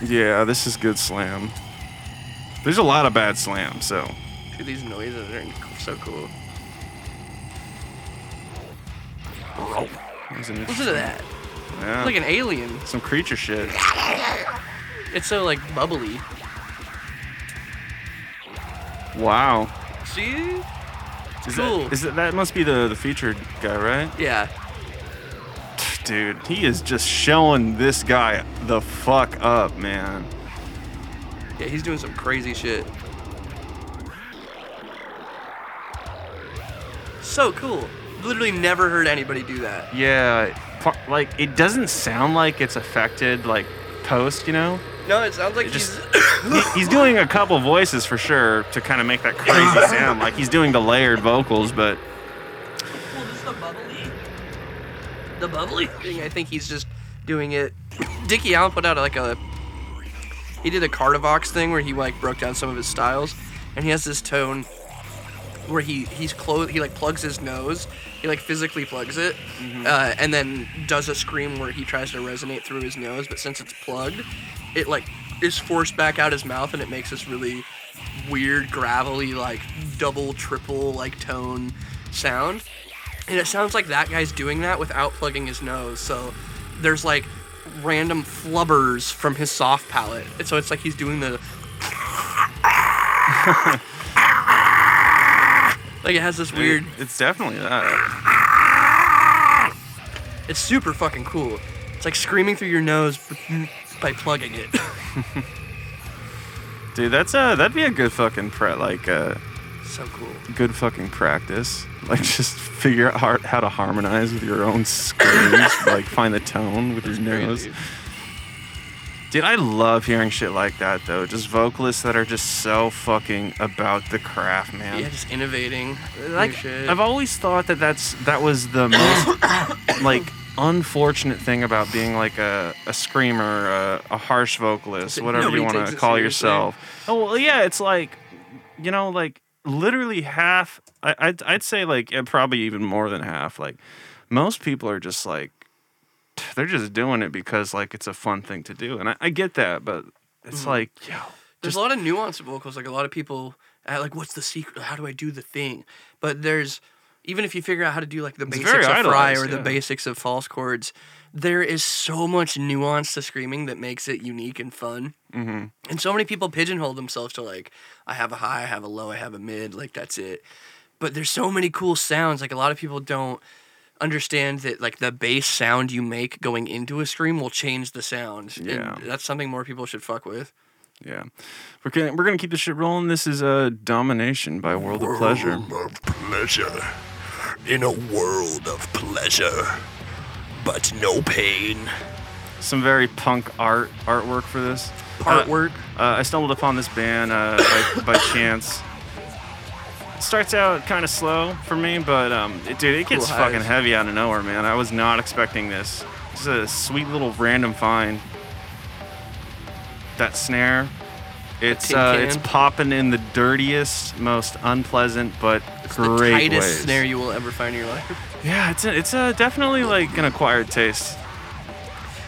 Yeah, this is good slam. There's a lot of bad slam, so Dude, these noises are so cool. There's an- Listen to that. yeah, It's like an alien. some creature shit. It's so like bubbly. Wow. See? Is Cool. that, is that that must be the the featured guy, right? Yeah. Dude, he is just showing this guy the fuck up, man. Yeah, he's doing some crazy shit. So cool. Literally never heard anybody do that. Yeah, par- like it doesn't sound like it's affected like post, you know? No, it sounds like he's. just- He, he's doing a couple voices for sure to kind of make that crazy sound. Like he's doing the layered vocals, but well, just the bubbly. The bubbly thing. I think he's just doing it. Dickie Allen put out like a. He did a Cardivox thing where he like broke down some of his styles, and he has this tone where he he's close he like plugs his nose he like physically plugs it uh, and then does a scream where he tries to resonate through his nose but since it's plugged it like is forced back out his mouth and it makes this really weird gravelly like double triple like tone sound and it sounds like that guy's doing that without plugging his nose so there's like random flubbers from his soft palate and so it's like he's doing the like it has this weird it's definitely that. It's super fucking cool. It's like screaming through your nose by plugging it. Dude, that's uh that'd be a good fucking pre like uh so cool. good fucking practice. Like just figure out har- how to harmonize with your own screams. like find the tone with your nose. Crazy. Dude, I love hearing shit like that though. Just vocalists that are just so fucking about the craft, man. Yeah, just innovating. like new shit. I've always thought that that's that was the most like unfortunate thing about being like a, a screamer, a, a harsh vocalist, That whatever you nobody want takes to it call seriously. yourself. Oh well, yeah, it's like you know, like literally half. I I'd, I'd say like yeah, probably even more than half. Like most people are just like they're just doing it because like it's a fun thing to do, and I, I get that, but Mm. it's like, yo, There's a lot of nuance in vocals. Like a lot of people, uh, like, what's the secret? How do I do the thing? But there's even if you figure out how to do like the It's basics very of fry idolized, or the yeah. basics of false chords, there is so much nuance to screaming that makes it unique and fun. Mm-hmm. And so many people pigeonhole themselves to like, I have a high, I have a low, I have a mid, like that's it. But there's so many cool sounds. Like a lot of people don't understand that like the bass sound you make going into a scream will change the sound. And Yeah. that's something more people should fuck with. yeah, we're gonna we're gonna keep this shit rolling. This is uh, domination by World of Pleasure. of pleasure. In a world of pleasure, but no pain. Some very punk art artwork for this Part Uh, work. Uh, I stumbled upon this band uh, by, by chance. Starts out kind of slow for me, but um, it, dude, it Cool gets highs. fucking heavy out of nowhere, man. I was not expecting this. This is a sweet little random find. That snare, it's tin uh, can. it's popping in the dirtiest, most unpleasant, but great the tightest ways. snare you will ever find in your life. Yeah, it's a, it's a, definitely like an acquired taste.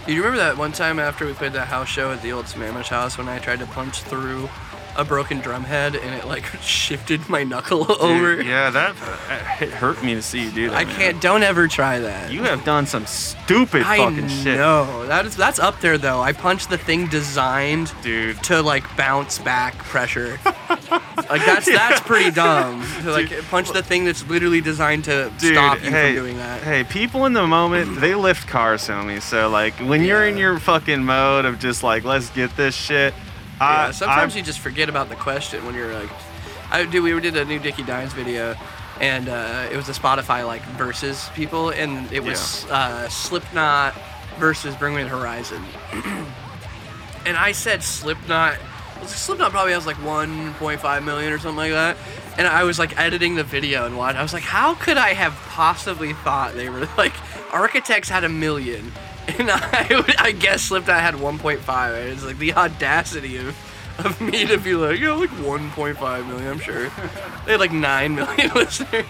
Do you remember that one time after we played that house show at the old Smamish house when I tried to punch through a broken drum head and it like shifted my knuckle Dude, over? Yeah, that uh, it hurt me to see you do that. I man. can't. Don't ever try that. You have done some stupid I fucking shit. know that is that's up there though. I punched the thing designed Dude. to like bounce back pressure. like that's that's pretty dumb. To like punch the thing that's literally designed to Dude, stop you hey, from doing that. Hey, people in the moment, they lift cars, homie. So, like, when you're in your fucking mode of just like, let's get this shit. Yeah, I, sometimes I, you just forget about the question when you're like, I do. We did a new Dickie Dines video, and uh, it was a Spotify like versus people, and it was uh, Slipknot versus Bring Me the Horizon. and I said Slipknot. I was like, Slipknot probably has like 1.5 million or something like that. And I was like editing the video and what I was like, how could I have possibly thought they were like Architects had a million, and I I guess Slipknot had 1.5. And it's like the audacity of of me to be like, yeah, like 1.5 million. I'm sure they had like nine million listeners.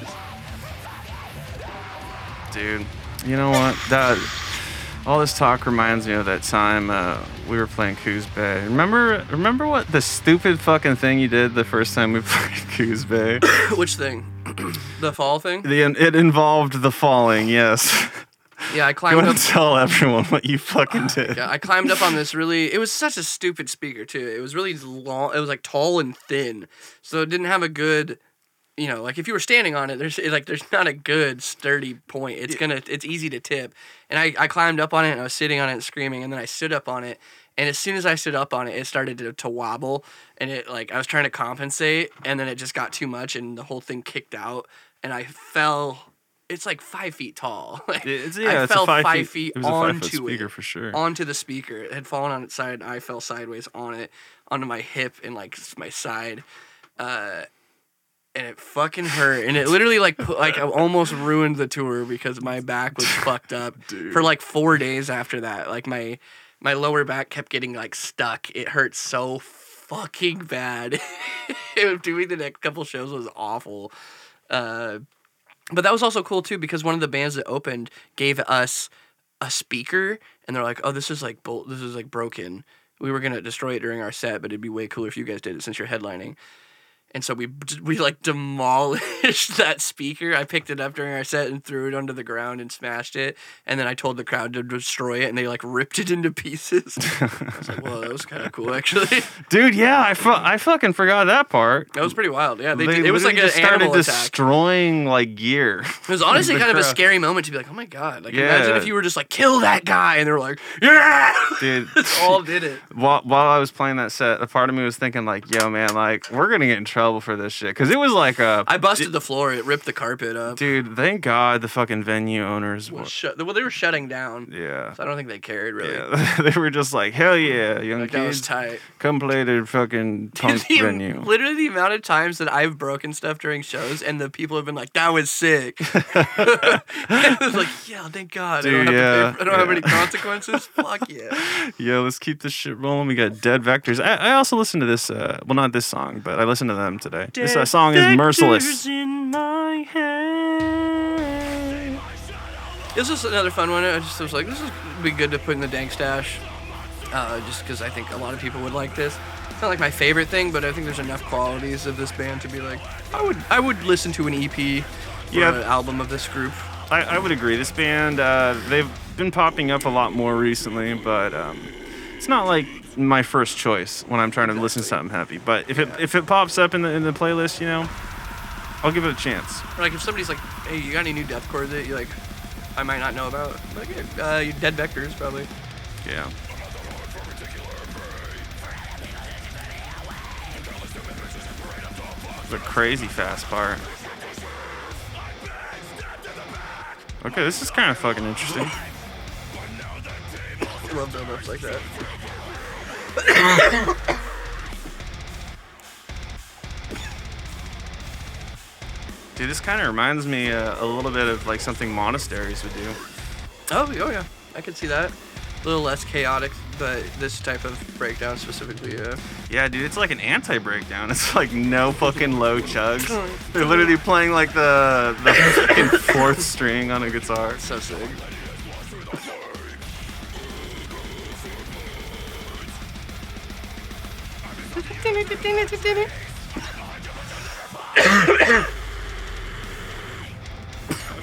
dude, you know what? That all this talk reminds me of that time uh, we were playing Coos Bay. Remember, remember what the stupid fucking thing you did the first time we played Coos Bay? Which thing? the fall thing? the, it involved the falling. Yes. Yeah, I Oh You climbed up. want to tell everyone what you fucking did? Yeah, uh, I climbed up on this really. It was such a stupid speaker too. It was really long. It was like tall and thin, so it didn't have a good. You know, like if you were standing on it, there's it, like there's not a good sturdy point. It's gonna. It's easy to tip. And I I climbed up on it and I was sitting on it and screaming, and then I stood up on it. And as soon as I stood up on it, it started to, to wobble, and it like I was trying to compensate, and then it just got too much, and the whole thing kicked out, and I fell. It's like five feet tall. Like, It's, I yeah, it's fell a five, five feet, feet, it was a five foot onto speaker it for sure. onto the speaker. It had fallen on its side, and I fell sideways on it, onto my hip and like s- my side, uh, and it fucking hurt. And it literally like put, like I almost ruined the tour because my back was fucked up for like four days after that. Like my my lower back kept getting like stuck. It hurt so fucking bad. Doing the next couple shows was awful. Uh, but that was also cool too because one of the bands that opened gave us a speaker and they're like, "Oh, this is like bolt. This is like broken. We were gonna destroy it during our set, but it'd be way cooler if you guys did it since you're headlining." And so we we like demolished that speaker. I picked it up during our set and threw it onto the ground and smashed it. And then I told the crowd to destroy it, and they like ripped it into pieces. I was like, "Whoa, that was kind of cool, actually. Dude, yeah, I, fu- I fucking forgot that part. That was pretty wild. Yeah, they, They did, it was like literally an just started animal attack." destroying like gear. It was honestly The kind of a crowd. scary moment to be like, oh my god! Like Yeah. imagine if you were just like, kill that guy, and they were like, yeah, Dude, all did it. while, while I was playing that set, a part of me was thinking like, yo, man, like we're gonna get in trouble for this shit because it was like a I busted the floor. It ripped the carpet up. dude. Thank God the fucking venue owners. Were, Well, shut, well, they were shutting down. yeah, So I don't think they cared really. yeah, they were just like, hell yeah, young Like that was kids, tight. come play the fucking punk The- venue. Literally the amount of times that I've broken stuff during shows and the people have been like, "That was sick." It's like, yeah, thank God. I Dude, don't, yeah, have, to pay for, I don't have yeah. any consequences. Fuck yeah. Yo, let's keep this shit rolling. We got Dead Vectors. I, I also listened to this, uh, well, not this song, but I listened to them today. this uh, song is Merciless. In my head. This is another fun one. I just was like, this would be good to put in the dank stash, uh, just because I think a lot of people would like this. It's not like my favorite thing, but I think there's enough qualities of this band to be like, I would I would listen to an EP, or Yeah. an album of this group. I, I would agree. This band, uh, they've been popping up a lot more recently, but um, it's not like my first choice when I'm trying to listen to something heavy. But if it if it pops up in the in the playlist, you know, I'll give it a chance. Or like if somebody's like, hey, you got any new deathcore that you like, I might not know about. I'm Like, yeah, uh, Dead Vectors probably. Yeah. The crazy fast part. Okay, this is kind of fucking interesting. I love build ups like that. Dude, this kind of reminds me uh, a little bit of like something monasteries would do. Oh, oh yeah, I could see that. A little less chaotic, but this type of breakdown specifically, uh, yeah. Yeah, dude, it's like an anti-breakdown. It's like no fucking low chugs. They're literally playing like the the fucking fourth string on a guitar. So sick.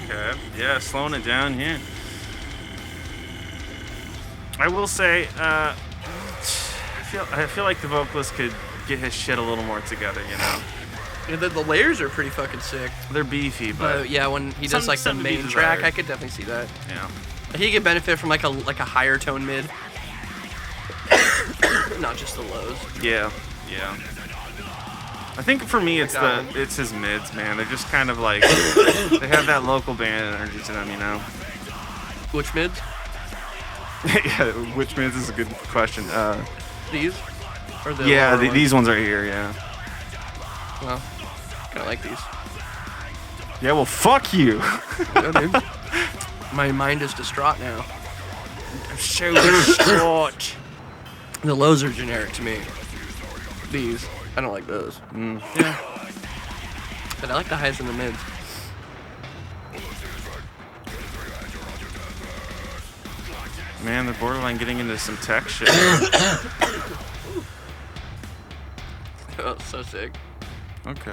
Okay. Yeah, slowing it down here. I will say, uh, I feel I feel like the vocalist could get his shit a little more together. You know, Yeah, the, the layers are pretty fucking sick. they're beefy, but But yeah, when he does Some- like the some to be main track, desired. I could definitely see that. yeah. He could benefit from like a like a higher tone mid, not just the lows. Yeah, yeah. I think for me, it's the Got it's his mids, man. They're just kind of like they have that local band energy to them, you know. Which mids? yeah, which mids is a good question. Uh, These? Or the yeah, lower the, ones? these ones right here. Yeah. Well, kind of like these. Yeah. Well, fuck you. Yeah, dude. My mind is distraught now. So short. The lows are generic to me. These, I don't like those. Mm. Yeah. But I like the highs and the mids. Man, they're borderline getting into some tech shit. Oh, it's so sick. okay.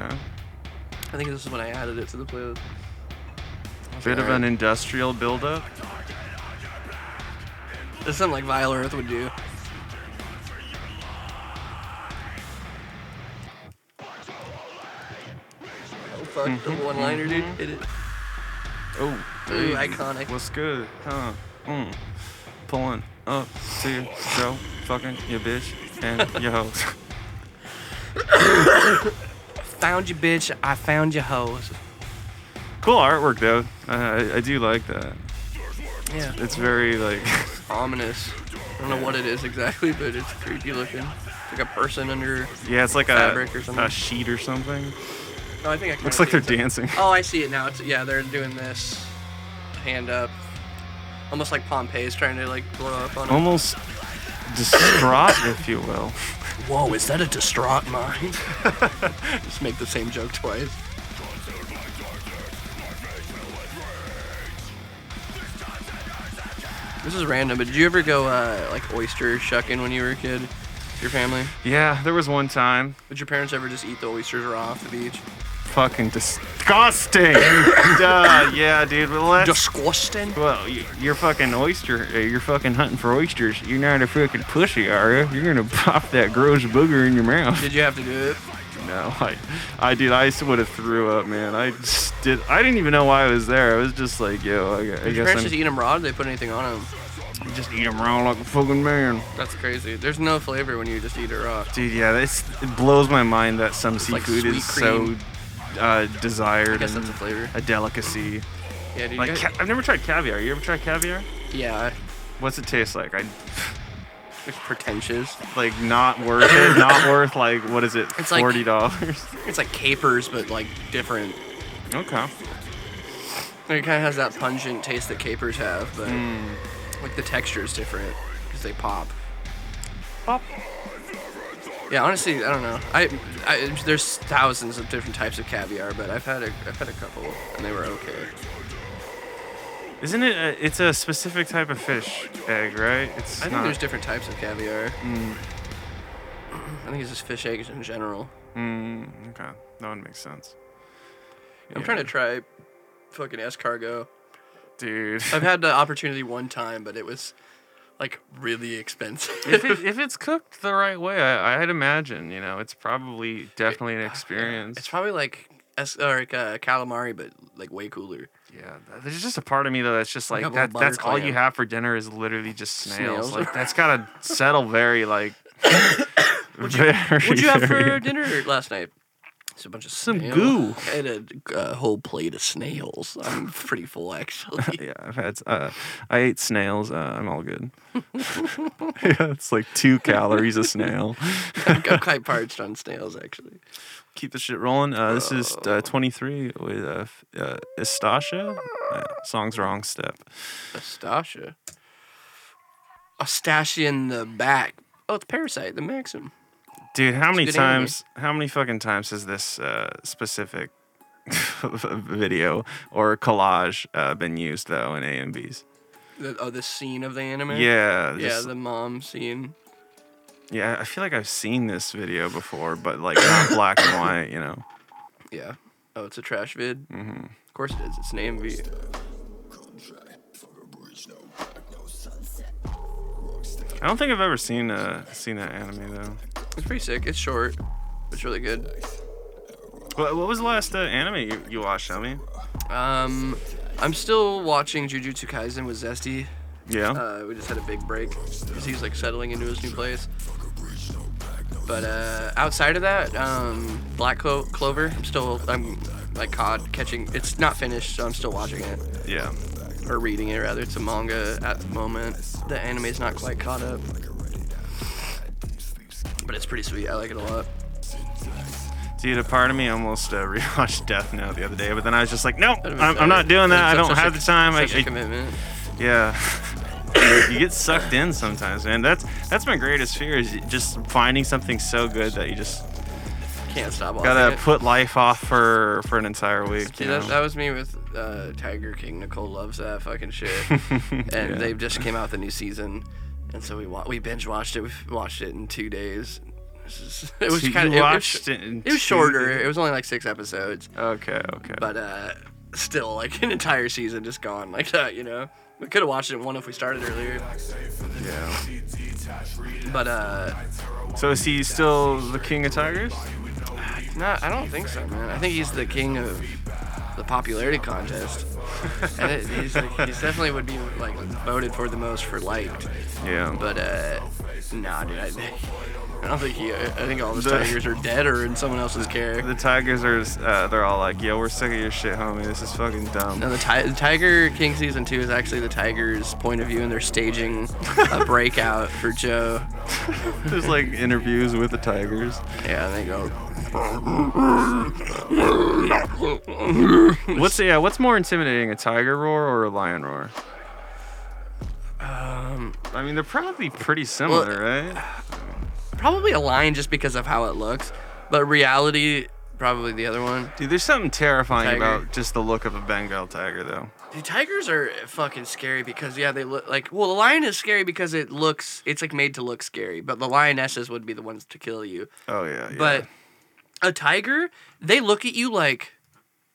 I think this is when I added it to the playlist. Bit of an industrial buildup. This is something like Vile Earth would do. Oh fuck, the one liner, dude. Hit it. Oh. Ooh, hey, iconic. What's good? Huh? Mm. Pulling up to your show, fucking your bitch and your hoes. Found you, bitch. I found your hoes. cool artwork though. Uh, I, I do like that. Yeah. It's very like. Ominous. I don't know what it is exactly, but it's creepy looking. It's like a person under. Yeah, it's like a, Fabric or something. a sheet or something. No, I think I can. Looks like they're dancing. Oh, I see it now. It's yeah, they're doing this hand up, almost like Pompeii's trying to like blow up on him. Almost distraught, if you will. Whoa, is that a distraught mind? Just make the same joke twice. This is random, but did you ever go uh, like oyster shucking when you were a kid? with Your family? Yeah, there was one time. Would your parents ever just eat the oysters raw off the beach? Fucking disgusting. Duh, yeah, dude. Well, that's, Disgusting. well, you- you're fucking oyster. uh, You're fucking hunting for oysters. You're not a fucking pussy, are you? You're gonna pop that gross booger in your mouth. Did you have to do it? No, I, I did. I would have threw up, man. I just did. I didn't even know why I was there. I was just like, yo, I, gu- I Did your guess parents I'm just eat them raw? Did they put anything on them? just eat them raw like a fucking man. That's crazy. There's no flavor when you just eat it raw. Dude, yeah, this it blows my mind that some like seafood sweet is cream. so uh, I desired guess and that's a flavor. a delicacy. Yeah, dude. Like, you ca- guys- I've never tried caviar. You ever tried caviar? yeah, What's it taste like? I it's pretentious. like not worth it. Not worth like what is it? It's like- Forty dollars. It's like capers, but like different. okay. Like, it kind of has that pungent taste that capers have, but Hmm. like the texture is different because they pop. Pop. Yeah, honestly, I don't know. I, I there's thousands of different types of caviar, but I've had a I've had a couple and they were okay. Isn't it? A, it's a specific type of fish egg, right? It's I think not- Hmm. there's different types of caviar. I think it's just fish eggs in general. Mm, okay, that would make sense. I'm trying to try fucking escargot. dude. I've had the opportunity one time, but it was like really expensive. if, it, if it's cooked the right way, I, I'd imagine. You know, it's probably definitely an experience. it's probably like es- or like uh, calamari, but like way cooler. Yeah, th- there's just a part of me though that's just like got a that. little That's all you butterclam. have for dinner is literally just Snails. snails. Like that's gotta settle very like. would you, What'd you have for dinner last night? It's a bunch of Some snail. goo. I had a uh, whole plate of snails. I'm pretty full actually. Yeah, I've had. Uh, I ate snails. Uh, I'm all good. yeah, it's like two calories a snail. I'm, I'm quite parched on snails actually. Keep the shit rolling. Uh, this is uh, 23 with uh, f- uh, Estasha. Uh, song's wrong step. Astasha. Astacia in the back. Oh, it's Parasite, the Maxim. Dude, how many good anime. times? How many fucking times has this uh, specific video or collage uh, been used though in AMVs? The, oh, the scene of the anime? Yeah, Yeah, just- the mom scene. yeah. I feel like I've seen this video before, but like not black and white. You know, Yeah. Oh, it's a trash vid? Mm-hmm. Of course it is. It's an AMV. I don't think I've ever seen uh seen that anime though. It's pretty sick. It's short. It's really good. What, what was the last uh, anime you, you watched, Tommy? Um, I'm still watching Jujutsu Kaisen with Zesty. Yeah. Uh, we just had a big break because he's like settling into his new place. But uh, outside of that, um, Black Clo- Clover, I'm still I'm like caught catching. It's not finished, so I'm still watching it yeah. or reading it rather. It's a manga at the moment. The anime's not quite caught up, but it's pretty sweet. I like it a lot. Dude, a part of me almost uh, rewatched Death Note the other day, but then I was just like, nope, That'd be I'm, I'm better. not doing that. I It's don't uh, such a- have the time. I, Such a I- commitment. Yeah. you get sucked in sometimes, man. That's that's my greatest fear is just finding something so good that you just Can't stop. watching gotta it. put life off for for an entire week. Dude, you that, know? that was me with uh, Tiger King. Nicole loves that fucking shit, and they just came out with the new season, and so we wa- we binge watched it. We watched it in two days. This is- It was So you kind of it, was- watched it in it was two shorter. days? It was only like six episodes, okay, okay. but uh, still like an entire season just gone like that. You know, we could have watched it in one if we started earlier. Yeah. But uh, so is he still the king of tigers? No, I don't think so, man. I think he's the king of the popularity contest, and it, he's like, he's definitely would be like voted for the most for liked. Yeah. But uh, nah, dude, I, I don't think he. I think all the tigers are dead or in someone else's care. the tigers are uh, they're all like, yo, we're sick of your shit, homie. This is fucking dumb. No, the, ti- the Tiger King season two is actually the Tigers' point of view, and they're staging a breakout for Joe. There's like interviews with the tigers. Yeah, and they go. What's yeah? What's more intimidating, a tiger roar or a lion roar? Um, I mean, they're probably pretty similar, right? Probably a lion just because of how it looks, but reality probably the other one. Dude, there's something terrifying Tiger. about just the look of a Bengal tiger, though. The tigers are fucking scary because yeah, they look like well, the lion is scary because it looks it's like made to look scary, but the lionesses would be the ones to kill you. Oh yeah, yeah. But a tiger, they look at you like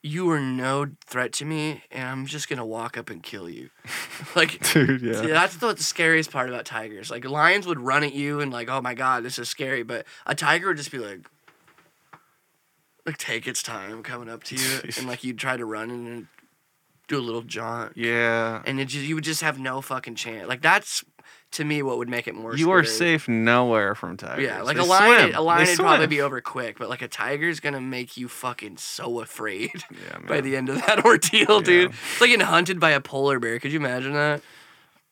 you are no threat to me, and I'm just gonna walk up and kill you. like dude, yeah. yeah, that's the, the scariest part about tigers. Like lions would run at you and like, oh my god, this is scary. But a tiger would just be like, like take its time coming up to you, and like you'd try to run and then do a little jaunt, yeah. and it just, you would just have no fucking chance. Like that's to me what would make it more. You are scary. safe nowhere from tigers. Yeah, like They a lion, swim. a lion They would probably swim. be over quick, but like a tiger's gonna make you fucking so afraid Yeah, by man. the end of that ordeal, dude. It's like getting hunted by a polar bear. Could you imagine that?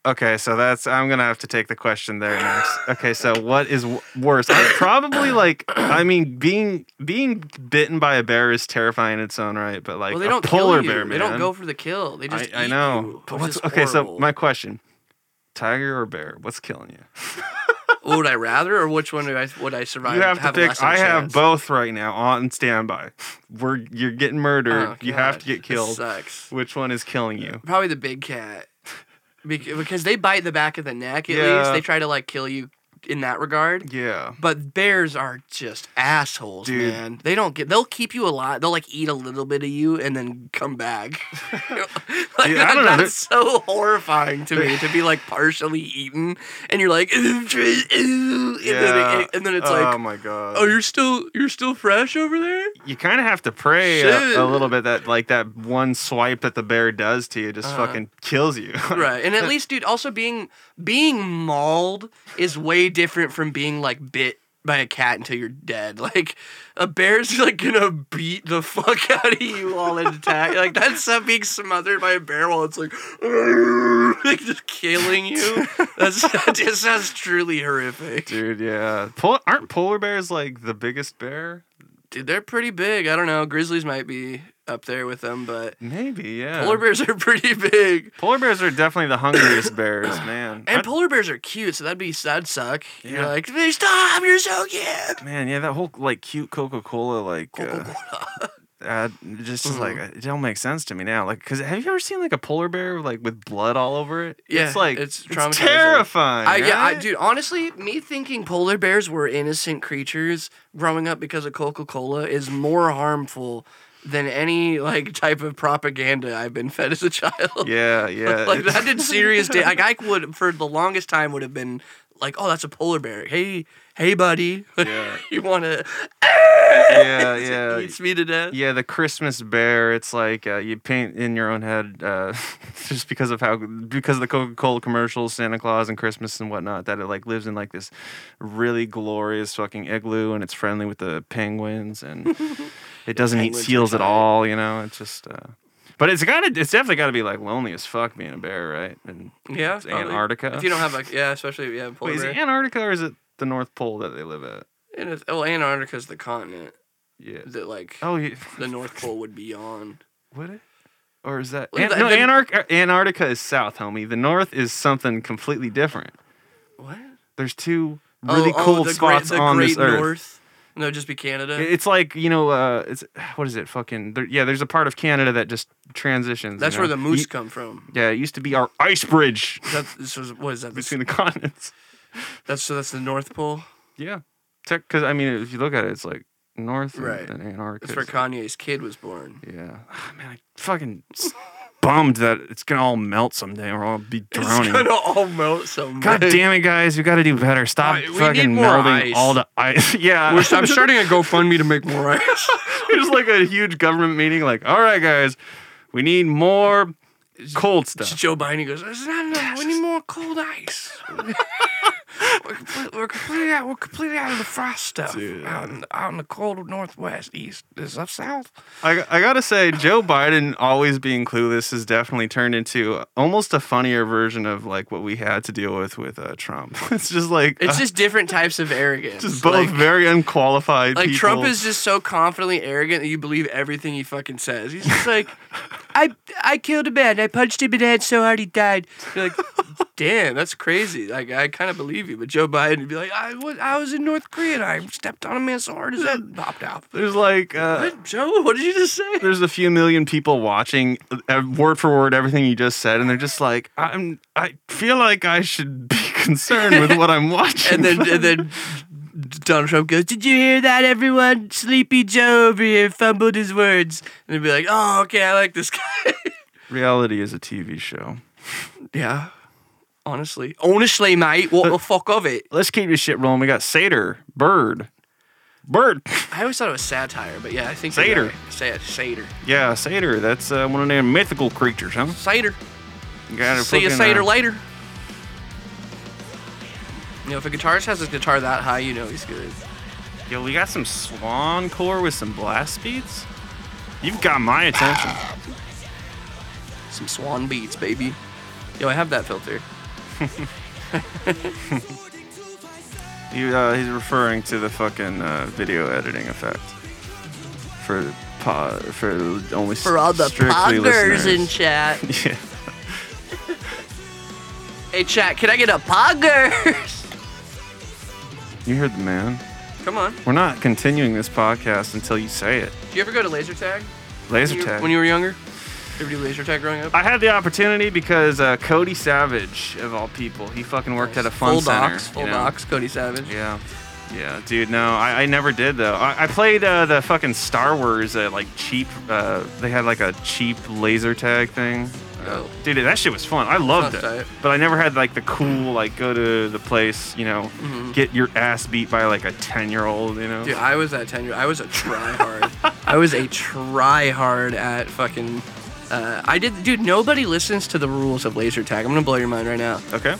Okay, so that's I'm gonna have to take the question there next. Okay, so what is w- worse? I probably like I mean being being bitten by a bear is terrifying in its own right, but like Well, they a don't polar kill you. bear, man. They don't go for the kill. They just. I, I eat know. you, but which what's is okay? So horrible. my question: tiger or bear? What's killing you? What Oh, would I rather, or which one would I would I survive? You have to have pick. less of a I have chance? both right now on standby. We're you're getting murdered. Oh, you have God, to get this killed. sucks. Which one is killing you? Probably the big cat, Bec- because they bite the back of the neck. At Yeah. least they try to like kill you in that regard. Yeah. But bears are just assholes, Dude. man. They don't get. They'll keep you alive. They'll like eat a little bit of you and then come back. like, Dude, I don't know. That's so horrifying to me to be like partially eaten and you're like, "Ooh, Tris, ooh," and, then, Yeah. it- and then it's oh like, oh my god. oh, you're still you're still fresh over there. you kind of have to pray a, a Shit. little bit that like that one swipe that the bear does to you just fucking kills you. Uh-huh. right and at least dude also being being mauled is way different from being like bit by a cat until you're dead like a bear's like gonna beat the fuck out of you while it attack like that's not being smothered by a bear while it's like like just killing you that's that just sounds truly horrific dude. Dude, yeah. Pol- aren't polar bears like the biggest bear? they're pretty big i don't know grizzlies might be up there with them but Maybe, yeah. polar bears are pretty big Polar bears are definitely the hungriest bears, man. and I- polar bears are cute so that'd be that'd suck you're Yeah. like stop you're so cute man, yeah, that whole like cute Coca Cola like. Uh, uh, just is like Mm-hmm. it don't make sense to me now. Like, cause have you ever seen like a polar bear like with blood all over it? Yeah, it's like it's it's, traumatizing. terrifying. I, yeah, I, right? dude. Honestly, me thinking polar bears were innocent creatures growing up because of Coca Cola is more harmful than any like type of propaganda I've been fed as a child. Yeah, yeah. like that did serious. Da- like I would for the longest time would have been like, oh, that's a polar bear. Hey, hey, buddy. Yeah. you want to yeah, yeah. eats me to death? Yeah, the Christmas bear. It's like uh, you paint in your own head, uh, just because of how because of the Coca Cola commercials, Santa Claus and Christmas and whatnot. That it like lives in like this really glorious fucking igloo, and it's friendly with the penguins, and it doesn't eat penguins are seals at tight. all. You know, it's just. Uh, but it's gotta. It's definitely gotta be like lonely as fuck being a bear, right? And Yeah, It's probably. Antarctica. If you don't have a yeah, especially yeah, polar wait, is bear. it Antarctica or is it the North Pole that they live at? and it's, oh, Antarctica's the continent Yeah. that like Oh, yeah. the North Pole would be on. Would it? Or is that Well, An- the- no? the- Antarc- Antarctica is south, homie. The north is something completely different. What? There's two really oh, cold the spots great, the on great this earth. North. No, it'd just be Canada. It's like you know, uh, it's what is it? Fucking there, yeah. There's a part of Canada that just transitions. That's you where know? the moose Ye- come from. yeah, it used to be our ice bridge That, this was what is that? This, between the continents. that's so that's the North Pole. Yeah, because I mean, if you look at it, it's like north and- Right. and Antarctica. That's where is like- Kanye's kid was born. yeah, Ah, man, I fucking s- bummed that it's gonna all melt someday. We're all be drowning. It's gonna all melt someday. God damn it, guys! We got to do better. Stop Uh, we need fucking more melting ice. all the ice. yeah, We're- I'm starting a GoFundMe to make more ice. There's like a huge government meeting. Like, all right, guys, we need more cold stuff. Joe Biden goes, "There's not enough. We need more cold ice. we're, complete, we're completely out. We're completely out of the frost stuff. Out in, out in the cold northwest, east, is up south. I, I gotta say, Joe Biden always being clueless has definitely turned into almost a funnier version of like what we had to deal with with uh, Trump. it's just like It's uh, just different types of arrogance. just both Like- very unqualified. Like people. Trump is just so confidently arrogant that you believe everything he fucking says. He's just like, I I killed a man. I punched him in the head so hard he died. You're like, damn, that's crazy. Like I kind of believe you, but Joe Biden would be like, I was I was in North Korea and I stepped on a man so hard his head popped out. There's like uh, What, Joe, what did you just say? there's a few million people watching uh, word for word everything you just said and they're just like i'm i feel like i should be concerned with what i'm watching And then and then Donald Trump goes, Did you hear that, everyone? Sleepy Joe over here fumbled his words. And they'd be like, Oh, okay, I like this guy. reality is a tv show Yeah. Honestly. Honestly, mate, what the fuck of it? let's keep this shit rolling we got Sater, bird bird I always thought it was satire, but yeah, I think Satyr. Sad satyr. yeah Sater. that's uh, one of their mythical creatures huh Satyr. you gotta See you fucking, satyr uh, later. You know, if a guitarist has his guitar that high, you know he's good. yo we got some swan core with some blast beats you've got my attention Some swan beats, baby. Yo, I have that filter. He, uh, he's referring to the fucking uh, video editing effect for pod, for only s- strictly listeners. chat. yeah. Hey, chat, can I get a poggers? You heard the man. Come on. We're not continuing this podcast until you say it. Do you ever go to laser tag? Laser When you- tag. When you were younger? Did you ever do laser tag growing up? I had the opportunity because uh, Cody Savage, of all people, he fucking worked at a fun full center. docs, full you know? docs, Cody Savage. Yeah. Yeah, dude. No, I, I never did though. I, I played uh, the fucking Star Wars uh, like cheap. Uh, they had like a cheap laser tag thing. Uh, Oh. dude, that shit was fun. I loved it. Sounds tight. But I never had like the cool like go to the place, you know, Mm-hmm. get your ass beat by like a ten year old, you know. Dude, I was that ten year. I was a try hard. I was a try hard at fucking. Uh, I did, dude. Nobody listens to the rules of laser tag. I'm gonna blow your mind right now. Okay.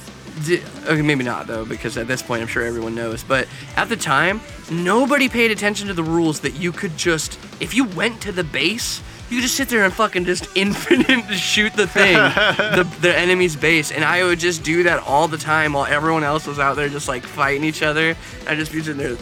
D- okay, maybe not though, because at this point I'm sure everyone knows. But at the time, nobody paid attention to the rules that you could just, if you went to the base, you could just sit there and fucking just infinite shoot the thing, the, the enemy's base. And I would just do that all the time while everyone else was out there just like fighting each other. I'd just be sitting there.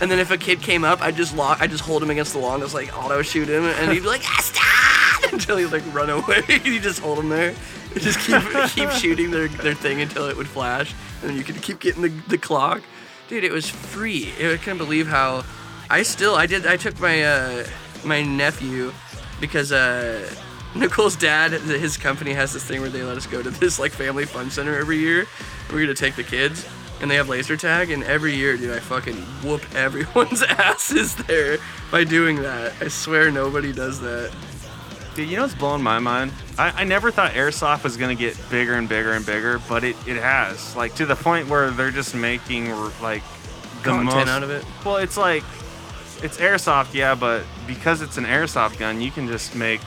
and then if a kid came up, I'd just lock, I'd just hold him against the wall and just like auto shoot him, and he'd be like, "Ah, stop! Until he'd like run away. you just hold him there, You just keep keep shooting their, their thing until it would flash, and then you could keep getting the, the clock. Dude, it was free. I couldn't believe how. I still I did I took my uh, my nephew because uh, Nicole's dad his company has this thing where they let us go to this like family fun center every year. We're gonna take the kids and they have laser tag and every year dude i fucking whoop everyone's asses there by doing that i swear nobody does that Dude, you know what's blowing my mind? I, I never thought airsoft was gonna get bigger and bigger and bigger, but it, it has. Like to the point where they're just making r- like the Content most out of it? Well, it's like it's airsoft, yeah, but because it's an airsoft gun, you can just make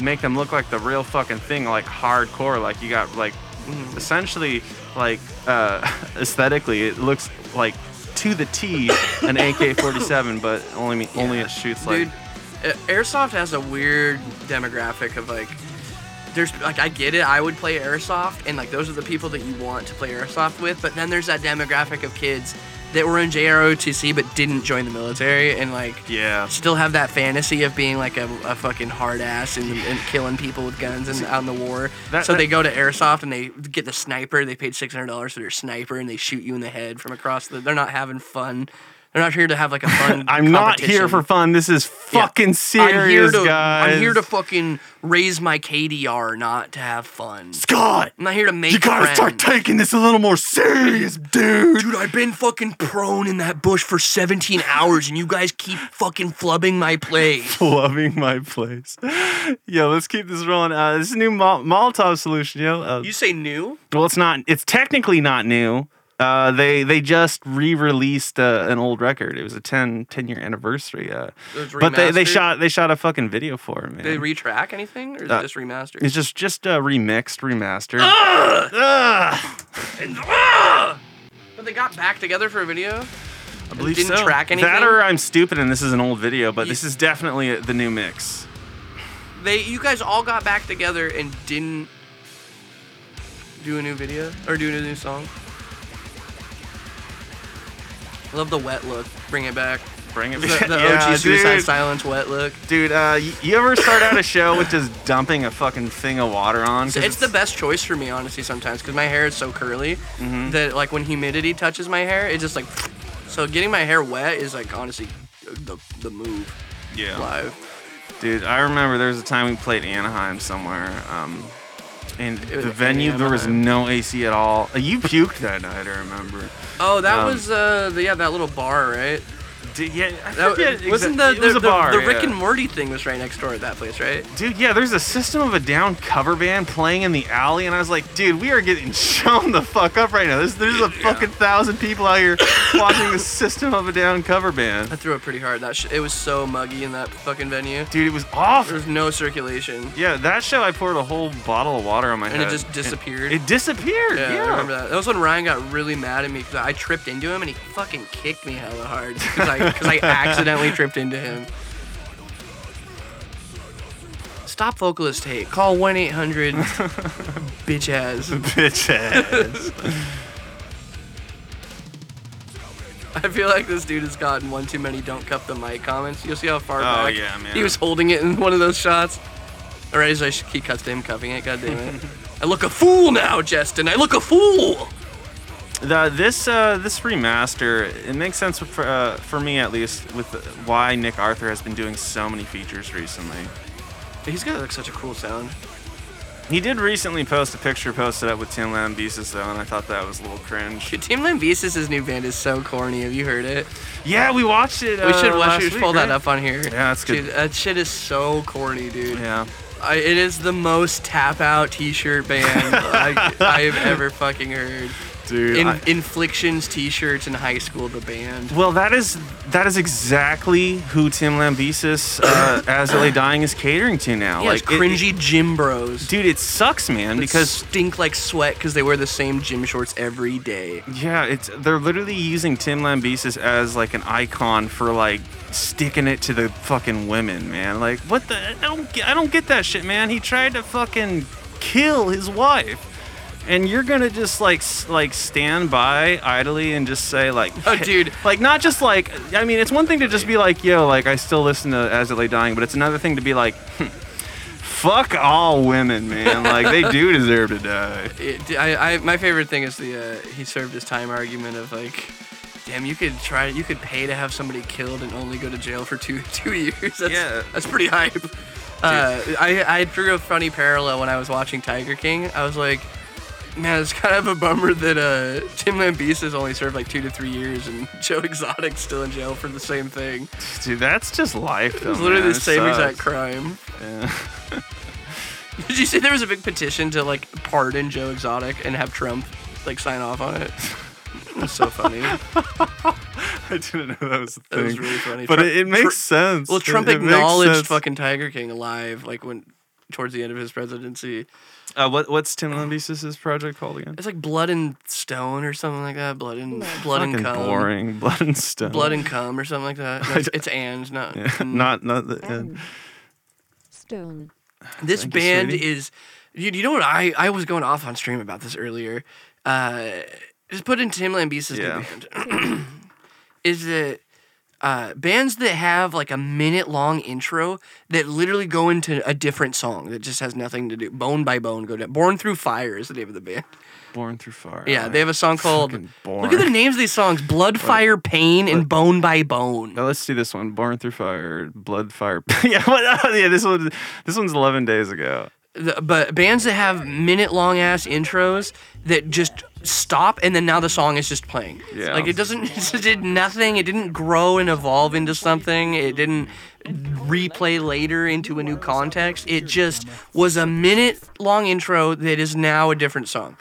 make them look like the real fucking thing, like hardcore. Like you got like Mm-hmm. essentially like uh, aesthetically, it looks like to the T an AK-47, but only only it shoots like. dude a- airsoft has a weird demographic of like there's like i get it i would play airsoft and like those are the people that you want to play airsoft with but then there's that demographic of kids that were in jrotc but didn't join the military and like yeah. still have that fantasy of being like a, a fucking hard ass and, and killing people with guns and out in the war. That- so they that- go to airsoft and they get the sniper. They paid six hundred dollars for their sniper and they shoot you in the head from across the. They're not having fun. They're not here to have like a fun. I'm not here competition. for fun. This is Yeah. fucking serious, I'm here to, guys. I'm here to fucking raise my KDR, not to have fun. God, I'm not here to make. you gotta start friends. taking this a little more serious, dude. Dude, I've been fucking prone in that bush for 17 hours, and you guys keep fucking flubbing my play. Loving my place. Yo, let's keep this rolling. Uh, this is a new Mol- Molotov solution, yo. Uh, You say new? well, it's not. It's technically not new. Uh, they they just re-released uh, an old record. It was a 10, 10 year anniversary. Uh, It was but they, they remastered? shot they shot a fucking video for it, Did man. they retrack anything, or is it just remastered? it's just just uh, remixed, remastered. But they got back together for a video. I believe didn't so. track anything? That or I'm stupid and this is an old video, but Ye- this is definitely the new mix. They, you guys all got back together and didn't do a new video or do a new song. I love the wet look. Bring it back. Bring it The, the OG Suicide Silence wet look. Dude, uh, you, you ever start out a show with just dumping a fucking thing of water on? 'Cause It's, the best choice for me, honestly, sometimes because my hair is so curly that like when humidity touches my hair, it just like. So getting my hair wet is like honestly the the move yeah. live. Dude, I remember there was a time we played Anaheim somewhere, um, and was the in venue there was Anaheim. no AC at all. Uh, You puked that night, I remember. Oh, that Um, was uh the, yeah that little bar right. Dude, yeah, I That, forget wasn't the, exact- the, it was a the- bar, the Rick yeah. and Morty thing was right next door at that place, right? Dude, yeah, there's a System of a Down cover band playing in the alley, and I was like, dude, we are getting shown the fuck up right now. There's, there's a fucking thousand people out here watching the System of a Down cover I band. threw it pretty hard. That sh- it was so muggy in that fucking venue. Dude, it was off. There was no circulation, Yeah, that show, I poured a whole bottle of water on my and head. it just disappeared. It disappeared. yeah, Yeah, I remember that. That was when Ryan got really mad at me because I tripped into him and he fucking kicked me hella hard because I, 'cause I accidentally tripped into him. Stop vocalist hate. Call 1 800 bitch ass. Bitch ass. I feel like this dude has gotten one too many "don't cup the mic" comments. You'll see how far Oh, back yeah, man. he was holding it in one of those shots. Or as I should, he cuts to him cupping it. God damn it! I look a fool now, Justin. I look a fool. The, this uh, this remaster it makes sense for uh, for me at least with why Nick Arthur has been doing so many features recently. He's got like such a cool sound. He did recently post a picture posted up with Tim Lambesis though, and I thought that was a little cringe. Dude, Team Lambesis' new band is so corny. Have you heard it? Yeah, we watched it. We should, uh, we last should week, pull right? that up on here. Yeah, that's good. Dude, that shit is so corny, dude. Yeah. I, it is the most tap out t-shirt band I, I have ever fucking heard. Dude. In, I- Inflictions t-shirts in high school, the band. well, that is that is exactly who Tim Lambesis, uh, as LA Dying, is catering to now. Yeah, like it- cringy gym bros. dude, it sucks, man. because Because stink like sweat because they wear the same gym shorts every day. Yeah, it's they're literally using Tim Lambesis as like an icon for like sticking it to the fucking women, man. Like what the I don't get, I don't get that shit, man. He tried to fucking kill his wife. And you're gonna just like s- like stand by idly and just say like, Oh, dude. like not just like I mean it's one thing to just be like, yo, like I still listen to As It Lay Dying, but it's another thing to be like, fuck all women, man. Like they do deserve to die. It, I, I, my favorite thing is the uh, he served his time argument of like, damn, you could try, you could pay to have somebody killed and only go to jail for two two years. That's, Yeah. that's pretty hype. Uh, I, I drew a funny parallel when I was watching Tiger King. I was like, man, it's kind of a bummer that uh, Tim Lambesis only served like two to three years and Joe Exotic's still in jail for the same thing. Dude, that's just life. Though, It's literally man. the It same sucks. exact crime. Yeah. Did you see there was a big petition to like pardon Joe Exotic and have Trump like sign off on it? That's so funny. I didn't know that was a thing. That was really funny. But Trump- it, it makes Tru- sense. Well, Trump It- it makes acknowledged sense. fucking Tiger King alive, like when towards the end of his presidency. Uh, what what's Tim Lambesis's project called again? It's like Blood and Stone or something like that. Blood and Blood and fucking Cum. boring. Blood and stone. Blood and Cum or something like that. No, it's, it's and not. Yeah, not not the uh, end. Stone. This Thank you, band sweetie. is. You, you know what? I, I was going off on stream about this earlier. Uh, just put in Tim Lambesis' Yeah. new band. is that uh, bands that have like a minute long intro that literally go into a different song that just has nothing to do. Bone by Bone go down. Born Through Fire is the name of the band. Born through fire. Yeah, they have a song called. fucking Look at the boring. names of these songs Blood, Fire, Pain, and Bone by Bone. Now, let's do this one. Born through fire. Blood fire. yeah, what, oh, yeah. This one. This one's eleven days ago. the, but bands that have minute long ass intros that just stop and then now the song is just playing. Yeah. Like it doesn't it did nothing. It didn't grow and evolve into something. It didn't replay later into a new context. It just was a minute long intro that is now a different song.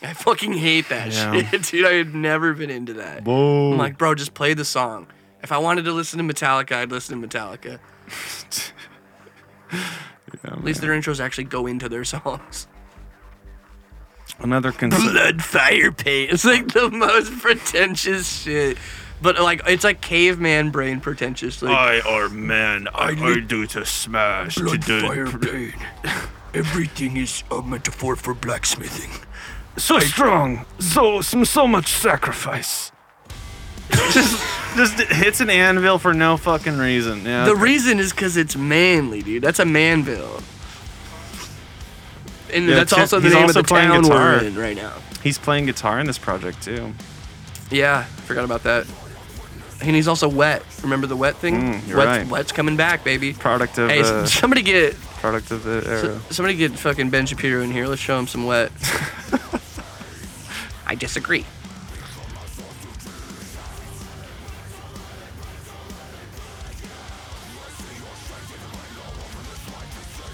I fucking hate that Yeah. shit, dude. I had never been into that. Whoa. I'm like, bro, just play the song. If I wanted to listen to Metallica, I'd listen to Metallica. At least their intros actually go into their songs. Another concern. Blood fire paint. It's like the most pretentious shit. But like it's like caveman brain pretentious. Like I are man. I are due to smash to blood do. fire pain. Everything is a metaphor for blacksmithing. So strong. So so much sacrifice. just just hits an anvil for no fucking reason. Yeah. The reason is because it's manly, dude. That's a man bill. And Yeah, that's Tim- also the he's name also of the playing town guitar. we're in right now. He's playing guitar in this project too. Yeah, forgot about that. And he's also wet. Remember the wet thing? Mm, you're wet's, right. wet's coming back, baby. Product of Hey, s- uh, somebody get product of the era. somebody get fucking Ben Shapiro in here. Let's show him some wet. I disagree.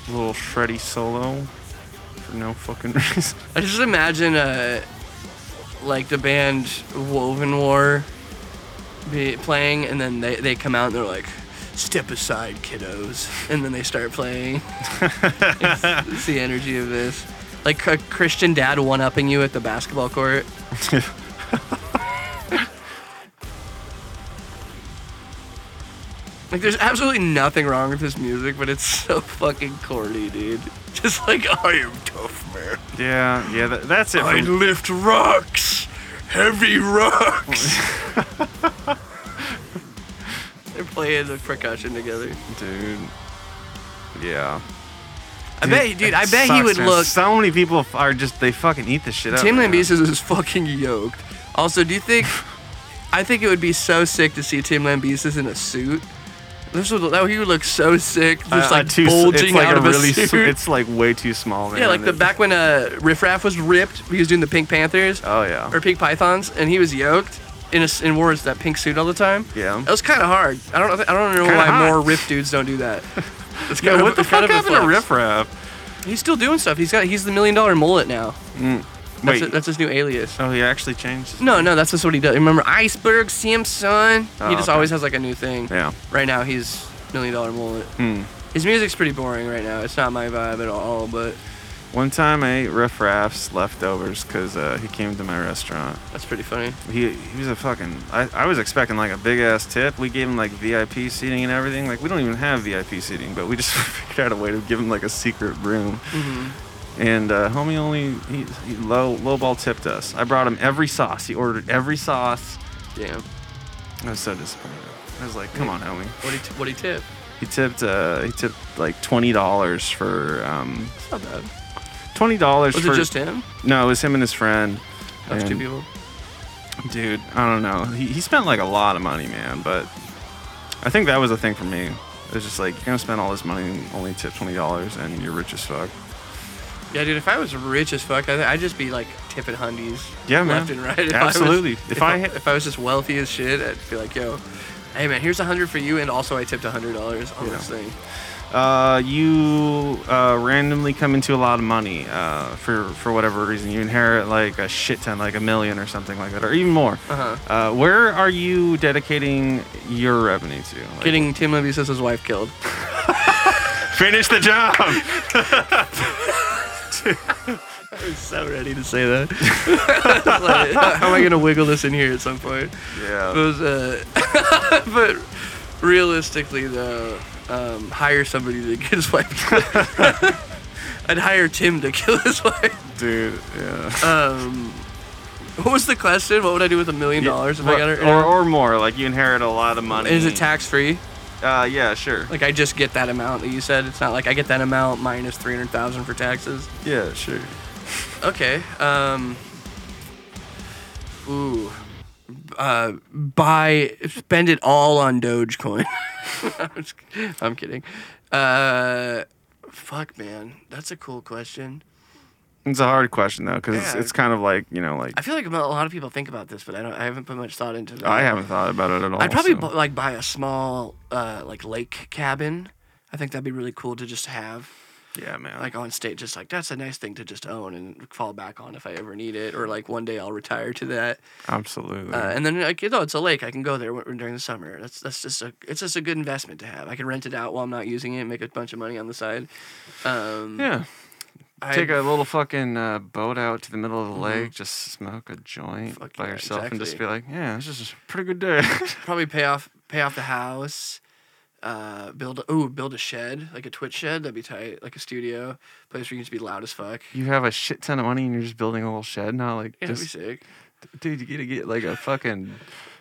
little shreddy solo for no fucking reason. I just imagine uh like the band Woven War be playing and then they, they come out and they're like Step aside, kiddos, and then they start playing. it's, it's the energy of this, like a Christian dad one-upping you at the basketball court. Like, there's absolutely nothing wrong with this music, but it's so fucking corny, dude. Just like, I am tough, man. Yeah, yeah, that, that's it. I From, lift rocks, heavy rocks. They're playing the percussion together. dude. Yeah. I bet, he- dude, I bet he would look. So many people f- are just they fucking eat this shit up. Tim man. Lambesis is fucking yoked. Also, do you think? I think it would be so sick to see Tim Lambesis in a suit. This would that he would look so sick, Uh, just uh, like too s- bulging it's like out a of really a s- suit. it's like way too small. Man. yeah, like the It- back when uh, Riff Raff was ripped, he was doing the Pink Panthers Oh yeah. or Pink Pythons, and he was yoked in a s and wore that pink suit all the time. Yeah. that was kind of hard. I don't know- I don't know Kinda why hot. more riff dudes don't do that. It's yeah, kind what of- the it's kind fuck of a happened to flex. Riff Raff? He's still doing stuff. He's got he's the million dollar mullet now. That's, Wait. it- that's his new alias. oh, he actually changed. No, no, that's just what he does. Remember Iceberg Simpson? Oh, he just okay. always has like a new thing. Yeah. Hmm. Right now he's million dollar mullet. His music's pretty boring right now. It's not my vibe at all. But One time I ate Riff Raff's leftovers because uh, he came to my restaurant. that's pretty funny. He he was a fucking. I, I was expecting like a big ass tip. We gave him like VIP seating and everything. Like we don't even have VIP seating, but we just figured out a way to give him like a secret room. Mm-hmm. And uh, homie only he, he low low ball tipped us. I brought him every sauce. He ordered every sauce. Damn. I was so disappointed. I was like, come on, homie. What he t- what he tip? He tipped uh he tipped like twenty dollars for um It's not bad. twenty dollars. Was for, it just him? No, it was him and his friend. That was two And- people. Dude, I don't know. He, he spent like a lot of money, man, but I think that was the thing for me. It was just like, you're going to spend all this money and only tip $20 and you're rich as fuck. Yeah, dude. If I was rich as fuck, I th- I'd just be like tipping hundies. Yeah, man. Left and right. If Absolutely. I was, If if I I had- if I was just wealthy as shit, I'd be like, yo, hey man, here's a hundred for you, and also I tipped a hundred dollars on this Yeah. thing. Uh, you uh, randomly come into a lot of money uh, for, for whatever reason. You inherit like a shit ton, like a million or something like that, or even more. Uh-huh. Uh, where are you dedicating your revenue to? Like, Getting Tim Lambesis' wife killed. Finish the job! so ready to say that. Like, how am I gonna wiggle this in here at some point? It yeah. was, uh, but realistically, though, um, hire somebody to get his wife killed. I'd hire Tim to kill his wife. Dude, yeah. Um, what was the question? What would I do with a million Yeah, dollars if or, I got it? or, or more. Like you inherit a lot of money. Is it tax free? Uh, yeah, sure. Like I just get that amount that you said. It's not like I get that amount minus three hundred thousand for taxes. Yeah, sure. Okay. Um. Ooh. Uh, buy spend it all on Dogecoin. I'm just- I'm kidding. Uh, fuck, man, that's a cool question. It's a hard question though, because it's, Yeah. it's kind of like you know, like I feel like a lot of people think about this, but I don't. I haven't put much thought into that. I haven't thought about it at all. I'd probably so- bu- like buy a small uh, like lake cabin. I think that'd be really cool to just have yeah, man. like uh, on state. Just like that's a nice thing to just own and fall back on if I ever need it, or like one day I'll retire to that. absolutely. Uh, and then like you know, it's a lake. I can go there w- during the summer. That's that's just a it's just a good investment to have. I can rent it out while I'm not using it, and make a bunch of money on the side. Um, I- yeah, Mm-hmm. take a little fucking uh, boat out to the middle of the lake, just smoke a joint Fuck by yeah, yourself, and just be exactly. like, yeah, this is a pretty good day. probably pay off pay off the house. Uh, build a, ooh build a shed like a twitch shed that'd be tight like a studio place where you can just be loud as fuck. you have a shit ton of money, and you're just building a little shed now. Like, Yeah, just that'd be sick. dude, you gotta get like a fucking.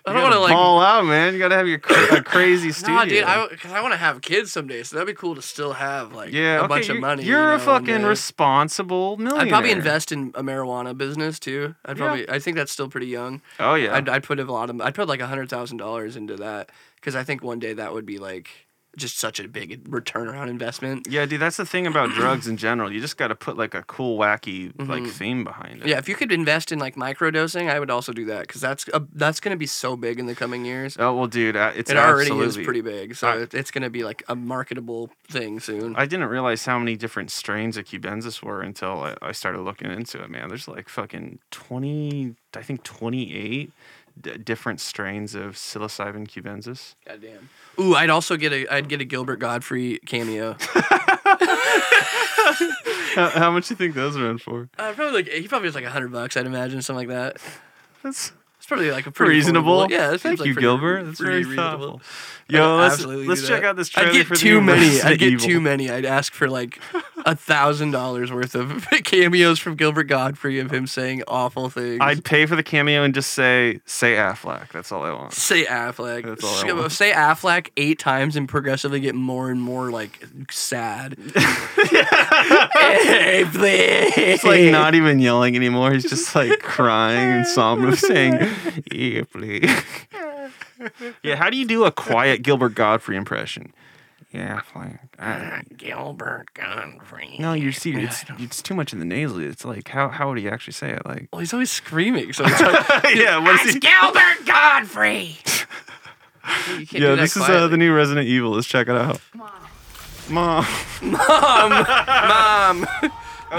I you don't gotta wanna, like- ball out, man. You gotta have your cra- a crazy studio. Nah, dude, I because I want to have kids someday, so that'd be cool to still have like yeah, a okay, bunch you're, of money. you You're a know, one fucking day. responsible millionaire. I'd probably invest in a marijuana business too. I'd Yeah. probably I think that's still pretty young. Oh yeah, I'd, I'd put a lot of I'd put like a hundred thousand dollars into that because I think one day that would be like just such a big return on investment. yeah, dude. That's the thing about drugs in general. You just got to put like a cool, wacky like theme behind it. Mm-hmm. Yeah, if you could invest in like microdosing, I would also do that because that's a, that's gonna be so big in the coming years. Oh well, dude, uh, it's it already absolutely- is pretty big, so I- it, it's gonna be like a marketable thing soon. I didn't realize how many different strains of cubensis were until I, I started looking into it, man. There's like fucking twenty, I think twenty eight d- different strains of psilocybin cubensis. Goddamn. Ooh, I'd also get a I'd get a Gilbert Godfrey cameo. How, how much do you think those are in for? uh, probably like he probably was like a hundred bucks, I'd imagine, something like that. That's It's probably like a pretty reasonable. affordable- Yeah, it seems thank like you, pretty- Gilbert. That's pretty very reasonable. thoughtful. Yo, I'd let's Uh, absolutely let's do check that. out this trailer I'd get for the too many. University I'd get Evil. too many. I'd ask for like a thousand dollars worth of cameos from Gilbert Godfrey of him saying awful things. I'd pay for the cameo and just say say Affleck. That's all I want. say Affleck. That's all I want. Say Affleck eight times and progressively get more and more like sad. hey, please. It's like not even yelling anymore. He's just like crying and sombering, saying, "Yeah, please." yeah, how do you do a quiet Gilbert Godfrey impression? Yeah, Affleck. I- Gilbert Godfrey. no, you see, it's it's too much in the nasal. It's like how how would he actually say it? Like, Well, he's always screaming, so it's hard. yeah, what is he? Gilbert Godfrey. You can't Yeah, do that this is uh, quietly. the new Resident Evil. Let's check it out. Mom.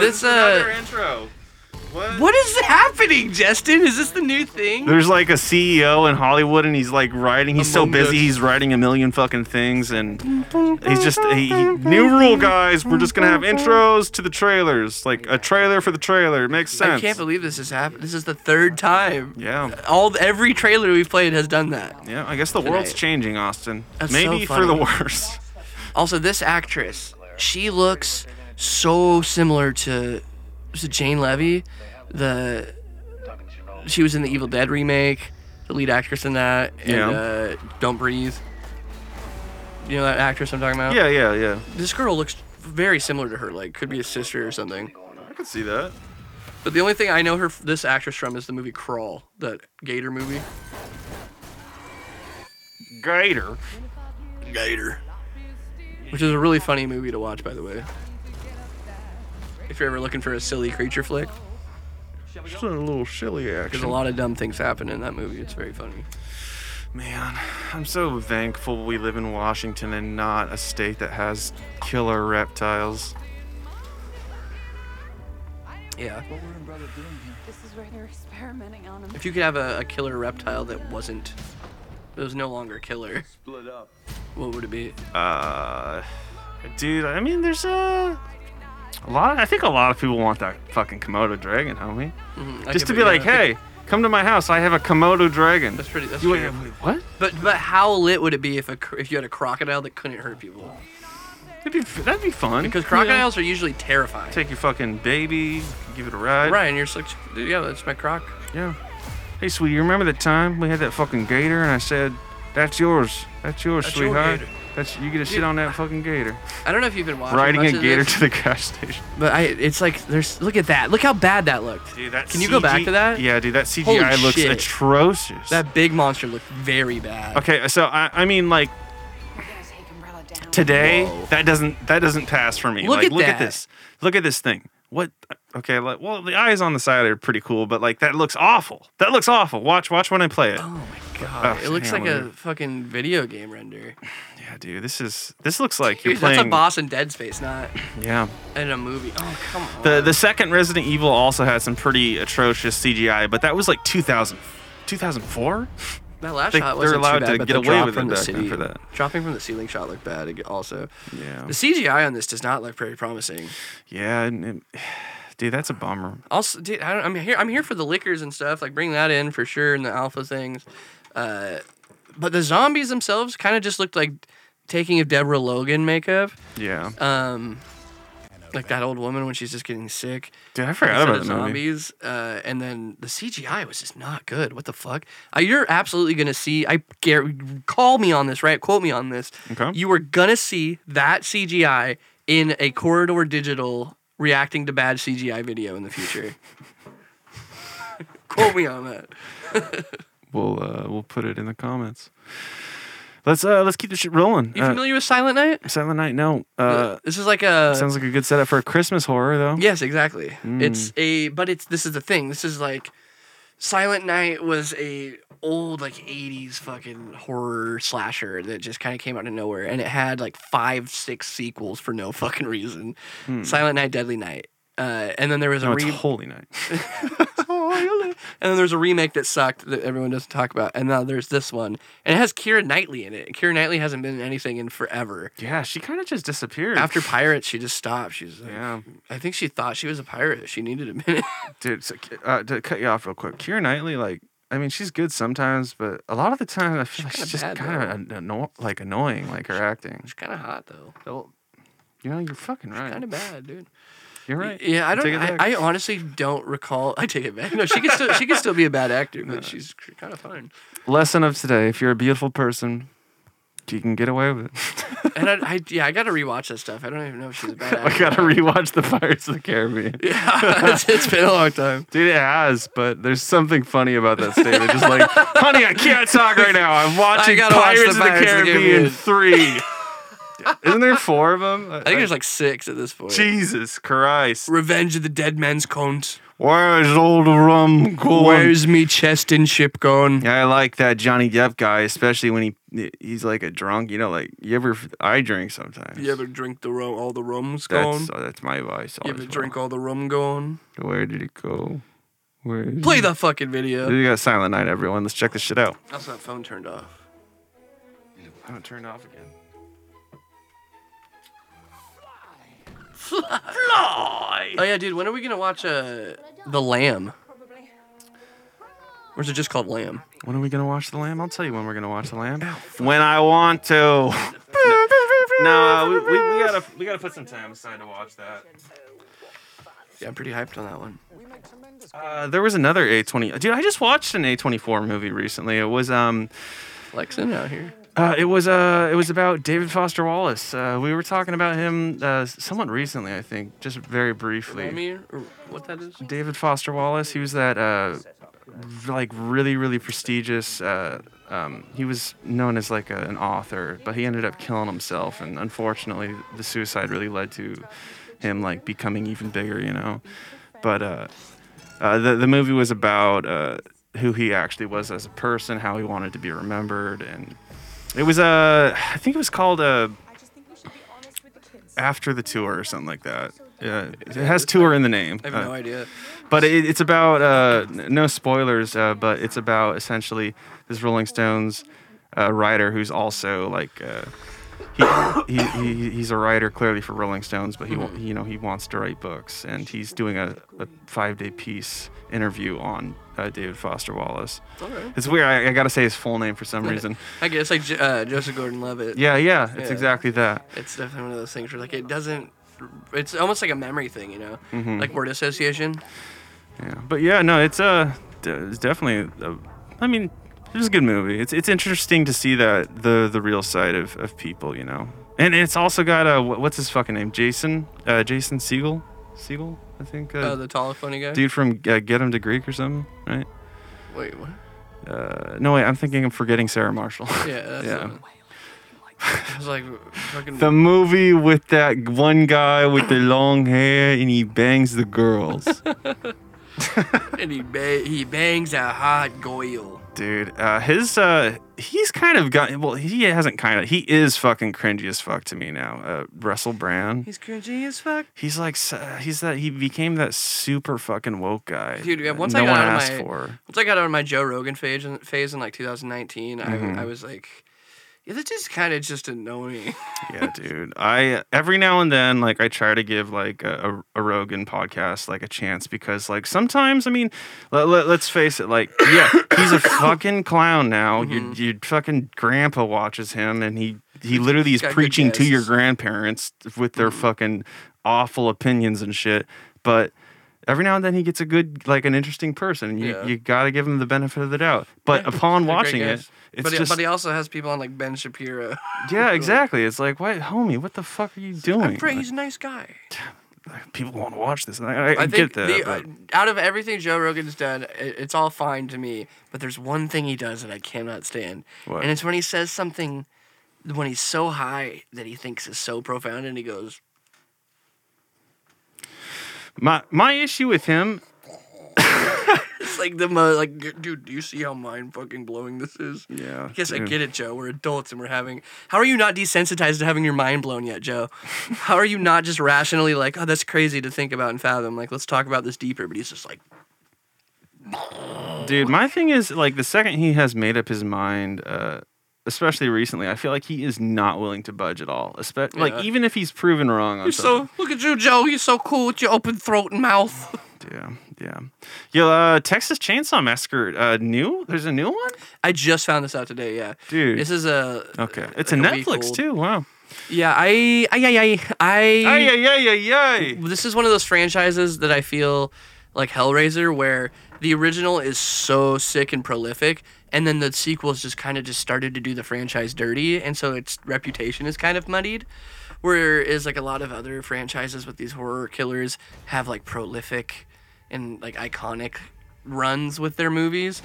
This uh, intro. what is happening, Justin? Is this the new thing? There's like a CEO in Hollywood, and he's like writing. He's so Among busy, Us. he's writing a million fucking things, and he's just he, he- new rule, guys. We're just gonna have intros to the trailers, like a trailer for the trailer. It makes sense. I can't believe this has happened. This is the third time. yeah, All every trailer we've played has done that. yeah. I guess the world's Tonight. changing, Austin. That's so Maybe for funny. the worse. Also, this actress, she looks so similar to was it Jane Levy, the she was in the Evil Dead remake, the lead actress in that, and Yeah. uh, Don't Breathe. You know that actress I'm talking about? Yeah, yeah, yeah. This girl looks very similar to her. Like, could be a sister or something. I could see that. But the only thing I know her, this actress from, is the movie Crawl, that Gator movie. Gator. Gator. Which is a really funny movie to watch, by the way. If you're ever looking for a silly creature flick, Just a little silly there's a action. lot of dumb things happen in that movie. It's very funny. Man, I'm so thankful we live in Washington and not a state that has killer reptiles. Yeah. This is where they're experimenting on him. If you could have a, a killer reptile that wasn't, that was no longer killer, Split up. what would it be? uh dude i mean there's a a lot i think a lot of people want that fucking komodo dragon homie Mm, I could just to put- be yeah, like I could- hey come to my house i have a komodo dragon That's pretty. That's you true. wait, wait, what But but how lit would it be if a cr- if you had a crocodile that couldn't hurt people? that'd be, that'd be fun Because Yeah. crocodiles are usually terrifying. take your fucking baby give it a ride Ryan, you're just like, dude, yeah, that's my croc. yeah hey sweetie you remember that time we had that fucking gator and i said that's yours that's yours That's your sweetheart gator." that's you get a shit Dude. on that fucking gator I don't know if you've been watching. riding much a of gator this. to the gas station But I, it's like there's. Look at that. Look how bad that looked. Dude, that Can you go back to that? Yeah, dude, that CGI Holy looks shit. atrocious. That big monster looked very bad. okay, so I, I mean, like today, that doesn't that doesn't pass for me. Look like, at look at that. this. Look at this thing. What? Okay, like, well, the eyes on the side are pretty cool, but like that looks awful. That looks awful. Watch, watch when I play it. Oh my god. Oh, it looks hang like on, a wait. fucking video game render. Yeah, dude, this is this looks like you're Dude, playing. that's a boss in Dead Space, not Yeah. in a movie. Oh come on. The the second Resident Evil also had some pretty atrocious CGI, but that was like 2000, 2004. that last they- shot they're wasn't allowed too bad, to but get the away drop with it from the back then city, for that. dropping from the ceiling shot looked bad. ag- Also, Yeah. the CGI on this does not look very promising. Yeah, and it- dude, that's a bummer. Also, dude, I don't, I'm here. I'm here for the liquors and stuff. Like, bring that in for sure, and the alpha things. Uh, but the zombies themselves kind of just looked like taking a Deborah Logan makeup. Yeah. Um, like that old woman when she's just getting sick. Dude, I instead forgot about of the movie. zombies. Uh, and then the CGI was just not good. What the fuck? Uh, you're absolutely gonna see. I gar- call me on this, right? Quote me on this. Okay. You are gonna see that CGI in a corridor digital reacting to bad CGI video in the future. Quote me on that. We'll uh, we'll put it in the comments. Let's uh let's keep this shit rolling. You uh, familiar with Silent Night? Silent Night? No. Uh, this is like a sounds like a good setup for a Christmas horror though. Yes, exactly. Mm. It's a but it's this is the thing. This is like Silent Night was a old like 80s fucking horror slasher that just kind of came out of nowhere and it had like 5 6 sequels for no fucking reason. Silent Night Deadly Night. Uh, and then there was a Hmm. No, it's re- Holy Night. and then there's a remake that sucked that everyone doesn't talk about. And now there's this one. And it has Kira Knightley in it. Kira Knightley hasn't been in anything in forever. yeah, she kind of just disappeared. After Pirates, she just stopped. She's like, Yeah. I think she thought she was a pirate. She needed a minute. dude, so, uh, to cut you off real quick, Keira Knightley like. I mean, she's good sometimes, but a lot of the time I feel like kinda she's just bad, kind of anno- like annoying, like her acting. She's kind of hot though. Well, You know, you're fucking right. kind of bad, dude. You're right. Yeah, I don't. Take it back. I, I honestly don't recall. I take it back. No, she can still. She can still be a bad actor, but she's kind of fun. Lesson of today: If you're a beautiful person, you can get away with it. And I, I yeah, I gotta rewatch that stuff. I don't even know if she's a bad actor. I gotta rewatch the Pirates of the Caribbean. it's, it's been a long time. Dude, it has, but there's something funny about that statement. Just like, honey, I can't talk right now. I'm watching gotta watch Pirates the of the Pirates of the Caribbean Caribbean." three. Isn't there four of them? I think there's like six at this point. Jesus Christ. Revenge of the Dead Men's Cones. Where's old rum going? Where's me chest and ship gone? Yeah, I like that Johnny Depp guy, especially when he he's like a drunk. You know, like you ever I drink sometimes. You ever drink the rum? All the rum's gone. that's Hmm. oh, that's my advice. You as ever well. drink all the rum gone? Where did it go? Where? Is Play it? the fucking video. You got Silent Night, everyone. Let's check this shit out. How's that phone turned off? I'm gonna turn it off again. Oh yeah, dude. When are we gonna watch uh, the Lamb? Or is it just called Lamb? When are we gonna watch The Lamb? I'll tell you when we're gonna watch The Lamb. When I want to. no, we, we, we gotta we gotta put some time aside to watch that. Yeah, I'm pretty hyped on that one. Uh, there was another A20. Dude, I just watched an A24 movie recently. It was um. Flexing out here. Uh, it was uh, it was about David Foster Wallace. Uh, we were talking about him uh, somewhat recently, I think, just very briefly. I mean, or what that is? David Foster Wallace. He was that uh, like really really prestigious. Uh, um, he was known as like a, an author, but he ended up killing himself, and unfortunately, the suicide really led to him like becoming even bigger, you know. But uh, uh, the the movie was about uh, who he actually was as a person, how he wanted to be remembered, and it was uh, I think it was called uh, I just think we should be honest with the kids. after the tour or something like that. Yeah, it has tour in the name. I have Uh, no idea. but it, it's about uh, n- no spoilers. Uh, but it's about essentially this Rolling Stones uh, writer who's also like uh, he, he, he he's a writer clearly for Rolling Stones, but he wa- you know he wants to write books, and he's doing a, a five day piece interview on uh, David Foster Wallace. Alright. It's weird. I, I got to say his full name for some reason. I guess like J- uh, Joseph Gordon-Levitt. Yeah, yeah, it's Yeah. exactly that. It's definitely one of those things where like it doesn't. It's almost like a memory thing, you know, like word association. Yeah, but yeah, no, it's uh, d- it's definitely. uh, I mean, it was a good movie. It's it's interesting to see that the the real side of, of people, you know. And it's also got uh, wh- what's his fucking name? Jason, uh, Jason Siegel, Siegel, I think. Uh, Uh, the tall, funny guy. dude from uh, Get Him to Greek or something, right? Wait, what? Uh, no, wait, I'm thinking I'm forgetting Sarah Marshall. Yeah, that's Yeah. yeah. I was like, fucking. the movie with that one guy with the long hair and he bangs the girls. and he ba- he bangs a hot goyle. dude. Uh, his uh, he's kind of got well, he hasn't kind of he is fucking cringy as fuck to me now. Uh, Russell Brand. He's cringy as fuck. He's like s- uh, he's that he became that super fucking woke guy. Dude, yeah, that once I no got one out of asked my- for. Once I got on my Joe Rogan phase in, phase in like 2019, Mm-hmm. I, I was like, yeah, this is kind of just annoying. yeah, dude. I every now and then like I try to give like a, a, a Rogan podcast like a chance because like sometimes I mean let, let, us face it like yeah he's a fucking clown now Mm-hmm. your, your fucking grandpa watches him and he he literally is got good Mm-hmm. preaching to your guests. grandparents with their fucking awful opinions and shit but every now and then he gets a good like an interesting person and you, Yeah. you gotta give him the benefit of the doubt but They're upon great watching it guys. it's but, he- just but he also has people on like Ben Shapiro. yeah exactly it's like what homie what the fuck are you doing I'm pretty, Like- he's a nice guy. people want to watch this. And I, I, I get think that. the, but- uh, out of everything Joe Rogan's done, i it's all fine to me. But there's one thing he does that I cannot stand, What? and it's when he says something when he's so high that he thinks is so profound, and he goes, my my issue with him, "It's like the most like, "G- dude, do you see how mind fucking blowing this is?" Yeah, I guess I dude. get it, Joe. We're adults and we're having. How are you not desensitized to having your mind blown yet, Joe? how are you not just rationally like, "Oh, that's crazy to think about and fathom." Like, let's talk about this deeper. But he's just like, dude, my thing is like the second he has made up his mind, uh, especially recently, I feel like he is not willing to budge at all. Especially Yeah. like even if he's proven wrong on "You're so something. look at you, Joe. You're so cool with your open throat and mouth." yeah, Yeah. Yeah. Uh, Texas Chainsaw Massacre. Uh, new? There's a new one. I just found this out today. Yeah, Dude. this is a Okay. It's a like week Netflix old. too. Wow. Yeah, I, I, I, I, Ay ay ay ay ay. this is one of those franchises that I feel like Hellraiser, where the original is so sick and prolific, and then the sequels just kind of just started to do the franchise dirty, and so its reputation is kind of muddied. Whereas like a lot of other franchises with these horror killers have like prolific and like iconic runs with their movies.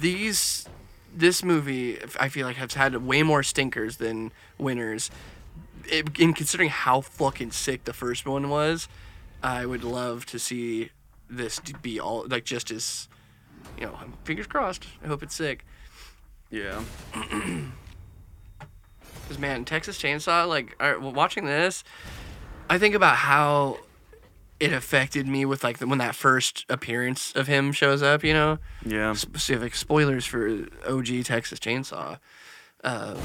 These this movie I feel like has had way more stinkers than winners it, in considering how fucking sick the first one was, I would love to see this d- be all like just as, you know, fingers crossed. I hope it's sick. Yeah. Cause man, Texas Chainsaw, like all right, well, watching this, I think about how it affected me with like the, when that first appearance of him shows up. You know, Yeah. specific spoilers for OG Texas Chainsaw. Um,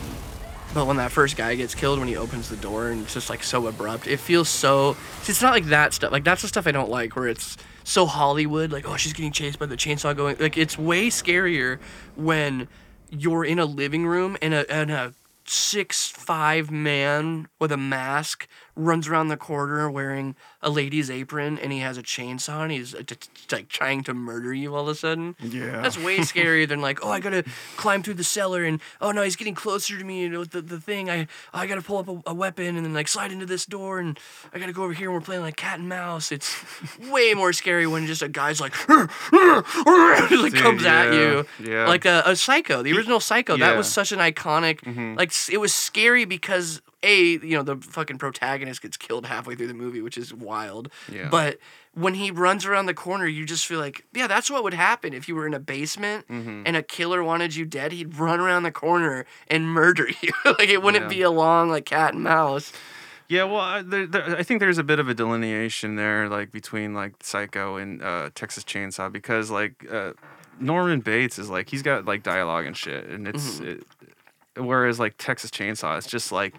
but when that first guy gets killed, when he opens the door and it's just like so abrupt, it feels so. See, it's not like that stuff. Like that's the stuff I don't like, where it's so Hollywood. Like, oh, she's getting chased by the chainsaw going. Like it's way scarier when you're in a living room and a and a six five man with a mask runs around the corner wearing a lady's apron and he has a chainsaw and he's uh, t- t- like trying to murder you all of a sudden. Yeah. That's way scarier than like, oh, I gotta climb through the cellar and oh no, he's getting closer to me. You know, the, the thing I I gotta pull up a, a weapon and then like slide into this door and I gotta go over here and we're playing like cat and mouse. It's way more scary when just a guy's like, just, like Dude, comes at yeah, you, yeah. like a, a psycho. The original psycho that was yeah. such an iconic, Mm-hmm. like s- it was scary because a you know the fucking protagonist gets killed halfway through the movie, which is wild. Yeah. But when he runs around the corner, you just feel like, yeah, that's what would happen if you were in a basement Mm-hmm. and a killer wanted you dead. He'd run around the corner and murder you. like it wouldn't Yeah. be a long like cat and mouse. Yeah, well, I, there, there, I think there's a bit of a delineation there, like between like Psycho and uh, Texas Chainsaw, because like uh, Norman Bates is like he's got like dialogue and shit, and it's Mm-hmm. it, whereas like Texas Chainsaw, it's just like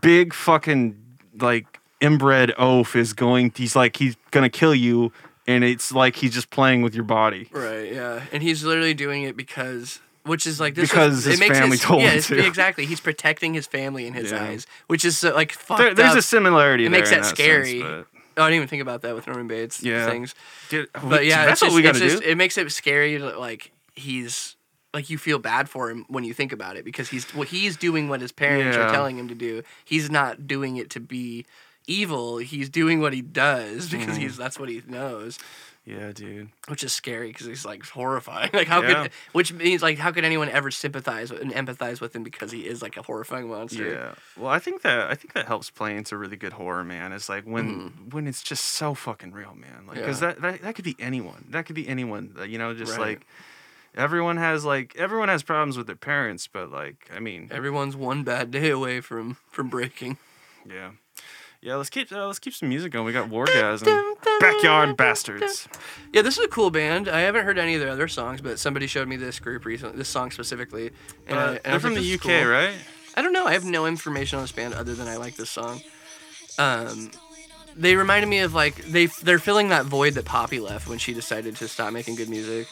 big fucking like inbred oaf is going. He's like he's gonna kill you, and it's like he's just playing with your body. Right. Yeah. And he's literally doing it because, which is like this. Because was, his it makes family his, told yeah, him it's- to. Exactly. He's protecting his family in his Yeah. eyes, which is so, like fucked There, there's up. a similarity. It there makes in that sense, scary. but- Oh, I didn't even think about that with Norman Bates. Yeah. Things. Dude, But we- yeah, that's it's what just, we gotta it's just, do. It makes it scary. that, Like he's like you feel bad for him when you think about it because he's well, he's doing what his parents Yeah. are telling him to do. He's not doing it to be evil. He's doing what he does because Mm. he's that's what he knows, yeah, dude. which is scary because he's like horrifying. Like how Yeah. could which means like how could anyone ever sympathize and empathize with him because he is like a horrifying monster. Yeah. Well, I think that I think that helps play into really good horror, man. It's like when when it's just so fucking real, man. Like because Mm-hmm. Yeah. that, that that could be anyone. That could be anyone. uh, You know, just Right. like everyone has like everyone has problems with their parents, but like I mean, Everyone's one bad day away from from breaking. yeah. Yeah, let's keep uh, let's keep some music going. We got Wargasm, Backyard Bastards. Yeah, this is a cool band. I haven't heard any of their other songs, but somebody showed me this group recently, this song specifically. And I- Uh, and I they're was from like, the "This UK, is cool." right? I don't know. I have no information on this band other than I like this song. Um, they reminded me of like they they're filling that void that Poppy left when she decided to stop making good music.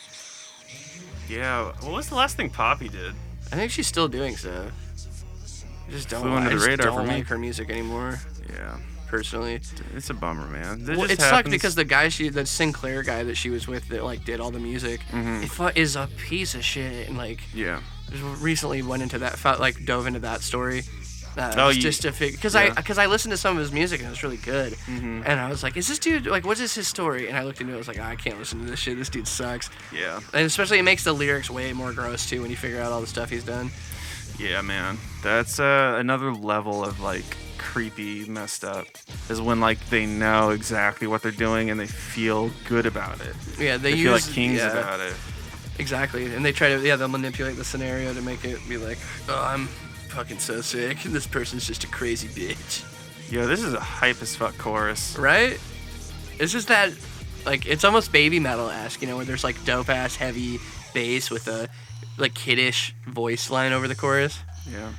Yeah. What was the last thing Poppy did? I think she's still doing so. I just don't. Flew under I the just radar for don't me. like her music anymore, Yeah, personally. it's a bummer, man. It, Well, just it sucked happens. because the guy she, the Sinclair guy that she was with, that like did all the music, Mm-hmm. he fu- is a piece of shit, and like yeah. just recently went into that, felt like dove into that story. Uh, Oh, oh, you- just to figure, because I yeah. Mm-hmm. because I listened to some of his music and it was really good, and I was like, is this dude like what is his story? And I looked into it, I was like, "Ah, I can't listen to this shit. This dude sucks. Yeah. And especially it makes the lyrics way more gross too when you figure out all the stuff he's done. Yeah, man. That's uh, another level of like creepy, messed up. Is when like they know exactly what they're doing and they feel good about it. Yeah, they, They, use feel like kings yeah, about it. Exactly, and they try to yeah they'll manipulate the scenario to make it be like, oh I'm fucking so sick, and this person's just a crazy bitch, Yo, this is a hype as fuck chorus. right? It's just that, like it's almost baby metal esque, you know, where there's like dope ass heavy bass with a like kiddish voice line over the chorus. Yeah.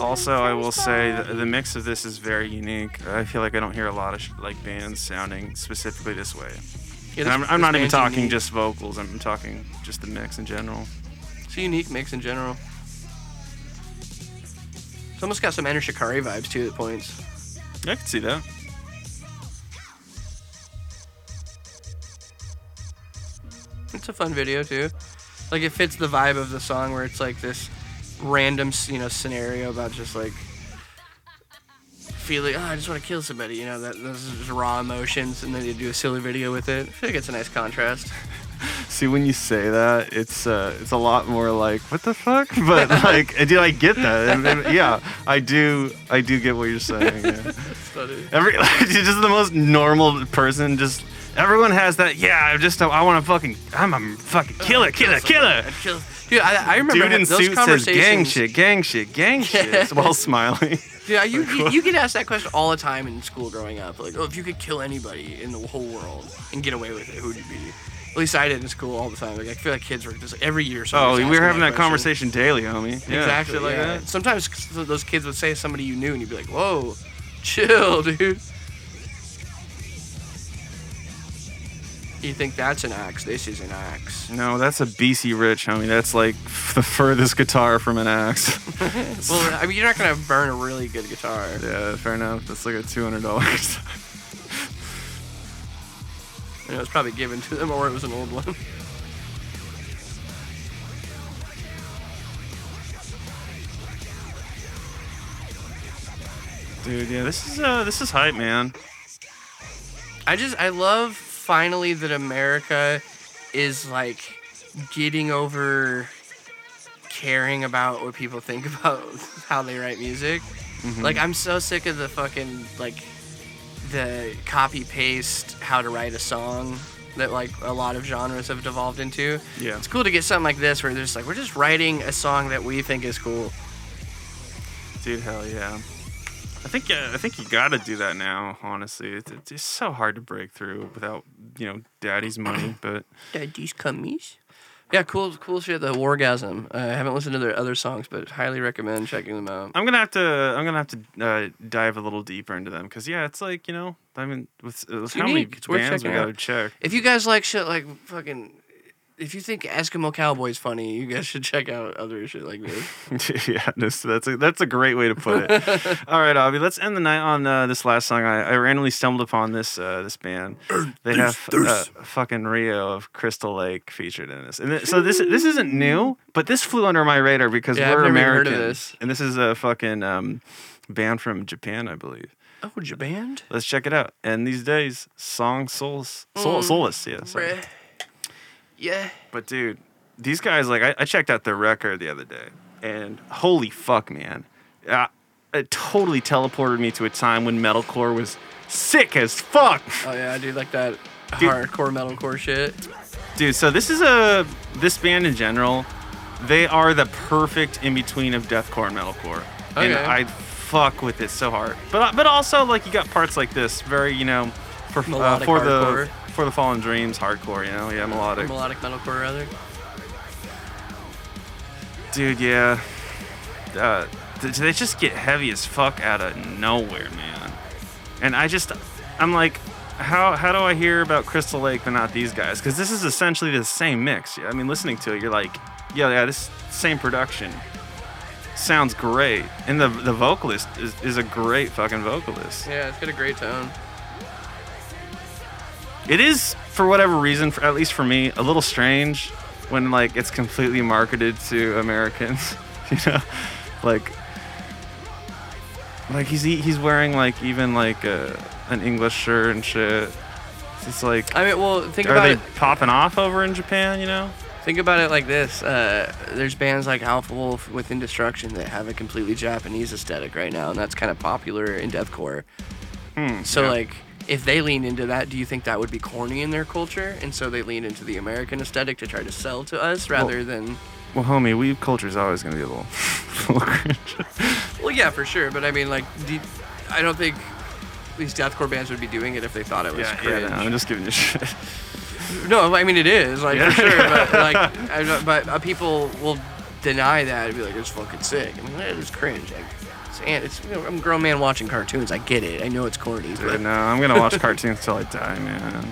Also, I will say the, the mix of this is very unique. I feel like I don't hear a lot of sh- like bands sounding specifically this way. Yeah, and I'm, this- I'm this not even band's talking unique. just vocals. I'm talking just the mix in general. It's a unique mix in general. It's almost got some Enter Shikari vibes too at points. I can see that. It's a fun video too. Like it fits the vibe of the song where it's like this random, s- you know, scenario about just like feeling. Oh, I just want to kill somebody. You know, that those are just raw emotions, and then you do a silly video with it. I feel like it's a nice contrast. See, when you say that, it's uh, it's a lot more like what the fuck. But like, do I get that? And, and, yeah, I do. I do get what you're saying. yeah. It's funny. Every like, you're just the most normal person. Just everyone has that. Yeah, I just I want to fucking. I'm a fucking killer, killer, killer. I'd kill- Dude, I, I remember Dude in those suit says conversations. gang shit, gang shit, gang shit while smiling. Yeah, you, you, you get asked that question all the time in school growing up. Like, oh, if you could kill anybody in the whole world and get away with it, who would you be? At least I did in school all the time. Like, I feel like kids were just every year. Oh, someone we was were asking having that question. conversation daily, homie. Yeah. exactly shit like yeah. that. Sometimes c- those kids would say somebody you knew, and you'd be like, "Whoa, chill, dude." You think that's an axe? This is an axe. No, that's a BC Rich, homie. That's like f- the furthest guitar from an axe. Well, I mean, you're not gonna burn a really good guitar. yeah, fair enough. That's like a two hundred dollars. And it was probably given to them, or it was an old one. Dude, yeah, this is uh, this is hype, man. I just I love finally that America is like getting over caring about what people think about how they write music. Like I'm so sick of the fucking like the copy paste how to write a song that like a lot of genres have devolved into. Yeah. It's cool to get something like this where they're just like we're just writing a song that we think is cool. Dude, hell yeah. I think uh, I think you gotta do that now. Honestly, it's, it's just so hard to break through without you know daddy's money. But Daddy's commies. Yeah, cool, cool shit. The Wargasm. Uh, I haven't listened to their other songs, but highly recommend checking them out. I'm gonna have to I'm gonna have to uh, dive a little deeper into them because yeah, it's like you know I mean with, with how many unique. It's worth bands we checking out. gotta check. If you guys like shit like fucking, if you think Eskimo Cowboy's funny, you guys should check out other shit like this. yeah, this, that's a, that's a great way to put it. All right, Avi, let's end the night on uh, this last song. I, I randomly stumbled upon this uh, this band. They have uh, fucking Rio of Crystal Lake featured in this, and th- so this this isn't new, but this flew under my radar because Yeah, I've we're never even heard American, of this. and this is a fucking um, band from Japan, I believe. oh, Japan. Let's check it out. And these days, song souls, soul, soulless, yeah. sorry. Mm. Bruh. Yeah. But dude, these guys like I, I checked out their record the other day, and holy fuck, man, uh, it totally teleported me to a time when metalcore was sick as fuck, Oh yeah, I do like that Dude. hardcore metalcore shit. dude. So this is a this band in general, they are the perfect in between of deathcore and metalcore, and Okay. I fuck with it so hard. But but also like you got parts like this, very you know, for uh, Melodic for hardcore. the for the fallen dreams hardcore, you know, yeah, melodic. Melodic metalcore rather. Dude, yeah. Uh, th- they just get heavy as fuck out of nowhere, man. And I just, I'm like, how how do I hear about Crystal Lake but not these guys? Because this is essentially the same mix. I mean, listening to it, you're like, yeah, yeah, this same production. Sounds great, and the the vocalist is, is a great fucking vocalist. Yeah, it's got a great tone. It is for whatever reason, for, at least for me, a little strange when like it's completely marketed to Americans. You know, like like he's e- he's wearing like even like a, an English shirt and shit. It's like I mean, well, think are about they it. popping off over in Japan? You know, Think about it like this: uh, there's bands like Alpha Wolf within Destruction that have a completely Japanese aesthetic right now, and that's kind of popular in deathcore. Hmm, so, like, if they lean into that, do you think that would be corny in their culture? And so they lean into the American aesthetic to try to sell to us rather than. well, homie, weeb culture is always gonna be a little. a little cringe. Well, yeah, for sure, but I mean, like, do, I don't think these deathcore bands would be doing it if they thought it was yeah, yeah, cringe. no, I'm just giving you shit. No, I mean it is like Yeah. for sure, but like, I, don't- but uh, people will deny that and be like, it's fucking sick. I mean, it was cringe. Like, it's, and it's, you know, I'm a grown man watching cartoons. I get it. I know it's corny. But Dude, no, I'm gonna watch cartoons till I die, man.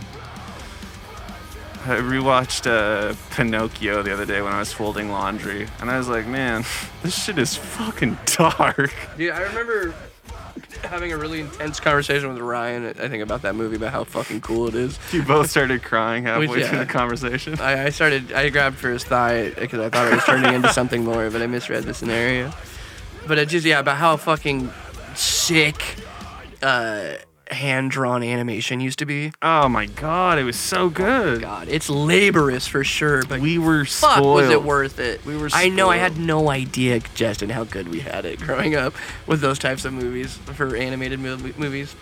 I rewatched uh, Pinocchio the other day when I was folding laundry, and I was like, man, this shit is fucking dark. Dude, I remember having a really intense conversation with Ryan, I think, about that movie, about how fucking cool it is. You both started crying halfway yeah. through the conversation. I, I started, I grabbed for his thigh because I thought it was turning into something more, but I misread the scenario. But it just, yeah, about how fucking sick uh, hand drawn animation used to be. Oh my god, it was so good. Oh God, it's laborious for sure, but we were fuck, spoiled. was it worth it? We were I know I had spoiled. no idea, Justin, how good we had it growing up with those types of movies for animated mov- movies.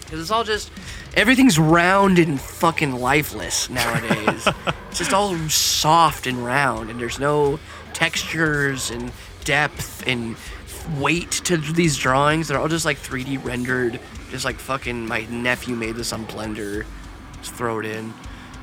Because it's all just everything's round and fucking lifeless nowadays. it's just all soft and round, and there's no textures and depth and weight to these drawings. They're all just like 3D rendered. Just like fucking my nephew made this on Blender. Just throw it in.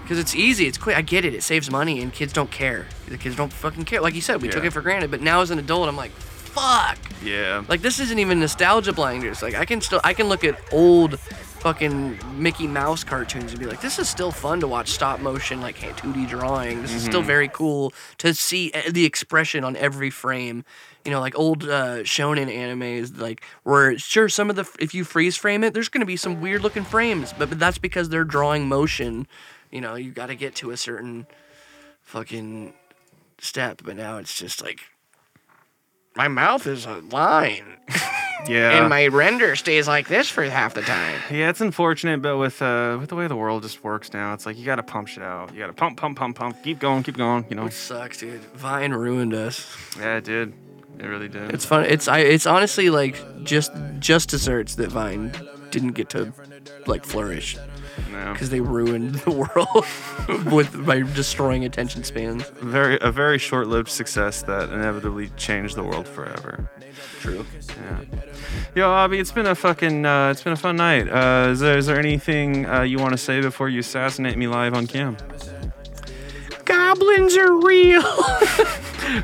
Because it's easy, it's quick. I get it. It saves money, and kids don't care. The kids don't fucking care. Like you said, we took Yeah. it for granted, but now as an adult, I'm like, fuck. Yeah. Like this isn't even nostalgia blinders. Like I can still I can look at old fucking Mickey Mouse cartoons and be like, this is still fun to watch stop motion like 2D drawing. This is still very cool to see uh, the expression on every frame. You know, like old uh, shonen animes, like where sure some of the if you freeze frame it, there's gonna be some weird looking frames, but, but that's because they're drawing motion. You know, you got to get to a certain fucking step, but now it's just like my mouth is a line yeah. my render stays like this for half the time. yeah, it's unfortunate, but with uh, with the way the world just works now, it's like you gotta pump shit out. You gotta pump, pump, pump, pump. Keep going, keep going. You know. Which sucks, dude. Vine ruined us. Yeah, it did. It really did. It's fun. It's I. It's honestly like just just desserts that Vine didn't get to like flourish no. because they ruined the world with by destroying attention spans. very a very short-lived success that inevitably changed the world forever. True. Yeah. Yo, Abby, it's been a fucking uh, it's been a fun night. Uh, is there is there anything uh, you want to say before you assassinate me live on cam? Goblins are real.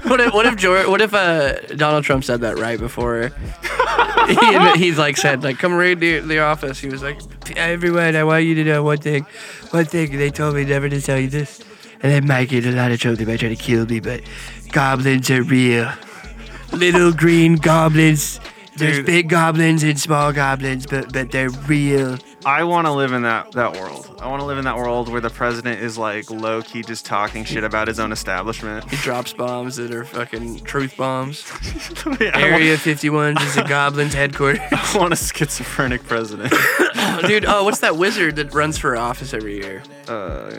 what if what if George, what if uh, Donald Trump said that right before? he, he's like said like come raid the, the office. He was like, everyone, I want you to know one thing. One thing they told me never to tell you this, and they might get a lot of trouble. They might try to kill me, but goblins are real. Little green goblins. There's Dude. big goblins and small goblins, but but they're real. I want to live in that that world. I want to live in that world where the president is like low key just talking shit about his own establishment. He drops bombs that are fucking truth bombs. I Area 51 is the goblins' headquarters. want a schizophrenic president. Dude, oh, what's that wizard that runs for office every year? Uh,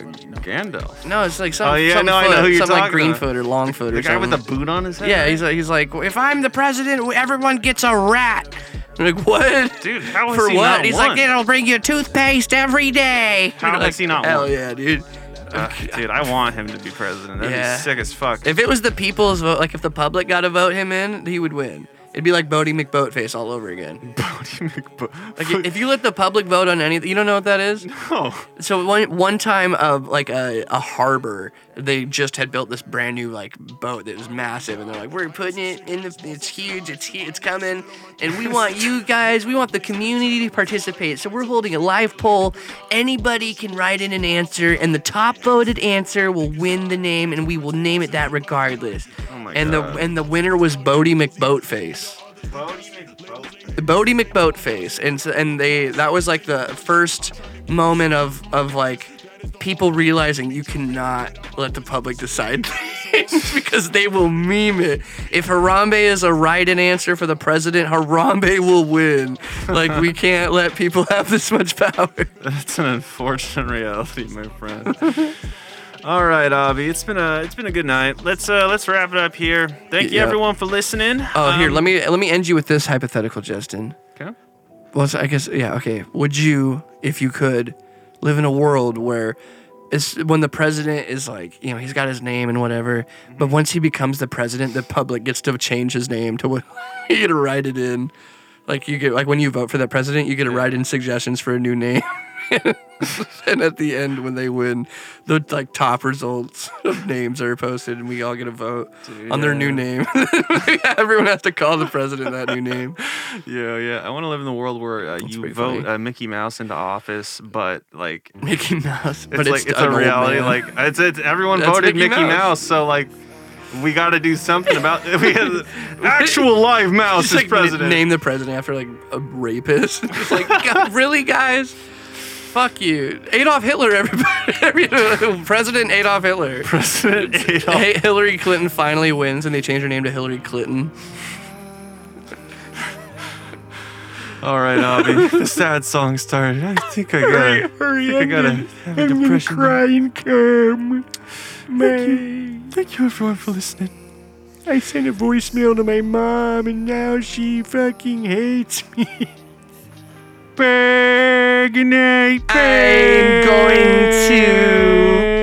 Gandalf. No, it's like some, Oh, yeah, some no, I foot, know who you're something like talking about. Greenfoot or Longfoot The or guy something. with the boot on his head. yeah, he's like, he's like, if I'm the president, everyone gets a rat. I'm like, what? dude. How is for he what? not He's one? like, it'll bring you toothpaste every day. How You're has like, he not Hell won? yeah, dude. Uh, dude, I want him to be president. That'd Yeah. be sick as fuck. If it was the people's vote, like if the public got to vote him in, he would win. It'd be like Bodie McBoatface all over again. Bodie McBo- Like if you let the public vote on anything, you don't know what that is. oh, So one one time of like a, a harbor, they just had built this brand new like boat that was massive, and they're like, "We're putting it in the. It's huge. It's hu- it's coming, and we want you guys. We want the community to participate. So we're holding a live poll. Anybody can write in an answer, and the top voted answer will win the name, and we will name it that regardless. Oh my and God. the and the winner was Bodie McBoatface. The Bodie McBoatface, and so, and they that was like the first moment of of like people realizing you cannot let the public decide things because they will meme it. If Harambe is a right and answer for the president, Harambe will win. Like we can't let people have this much power. that's an unfortunate reality, my friend. All right, Avi, it's been a it's been a good night. Let's uh let's wrap it up here. Thank you Yeah. everyone for listening. Um, Oh, here let me let me end you with this hypothetical, Justin. Okay. Well, so I guess yeah. Okay. Would you, if you could, live in a world where, it's, when the president is like, you know, he's got his name and whatever, but once he becomes the president, the public gets to change his name to what you get to write it in. Like you get like when you vote for that president, you get to write in suggestions for a new name. and at the end when they win, the like top results of names are posted, and we all get a vote on their new name. Everyone has to call the president that new name. Yeah, yeah. I want to live in the world where uh, you pretty vote funny. uh, Mickey Mouse into office, but like it's Mickey Mouse, but like it's a reality. Like it's, it's everyone That's voted Mickey Mickey Mouse. Mouse. so like we got to do something about we have actual live mouse just is like president. president. name the president after like a rapist. It's like God, really, guys. Fuck you, Adolf Hitler. Everybody, Every- President Adolf Hitler. president Adolf. Hey, Hillary Clinton finally wins, and they change her name to Hillary Clinton. All right, Avi. the sad song started. I think I gotta. I think I gotta have a depression. crying come. Thank you everyone for listening. I sent a voicemail to my mom and now she fucking hates me. Bye, good night. I'm going to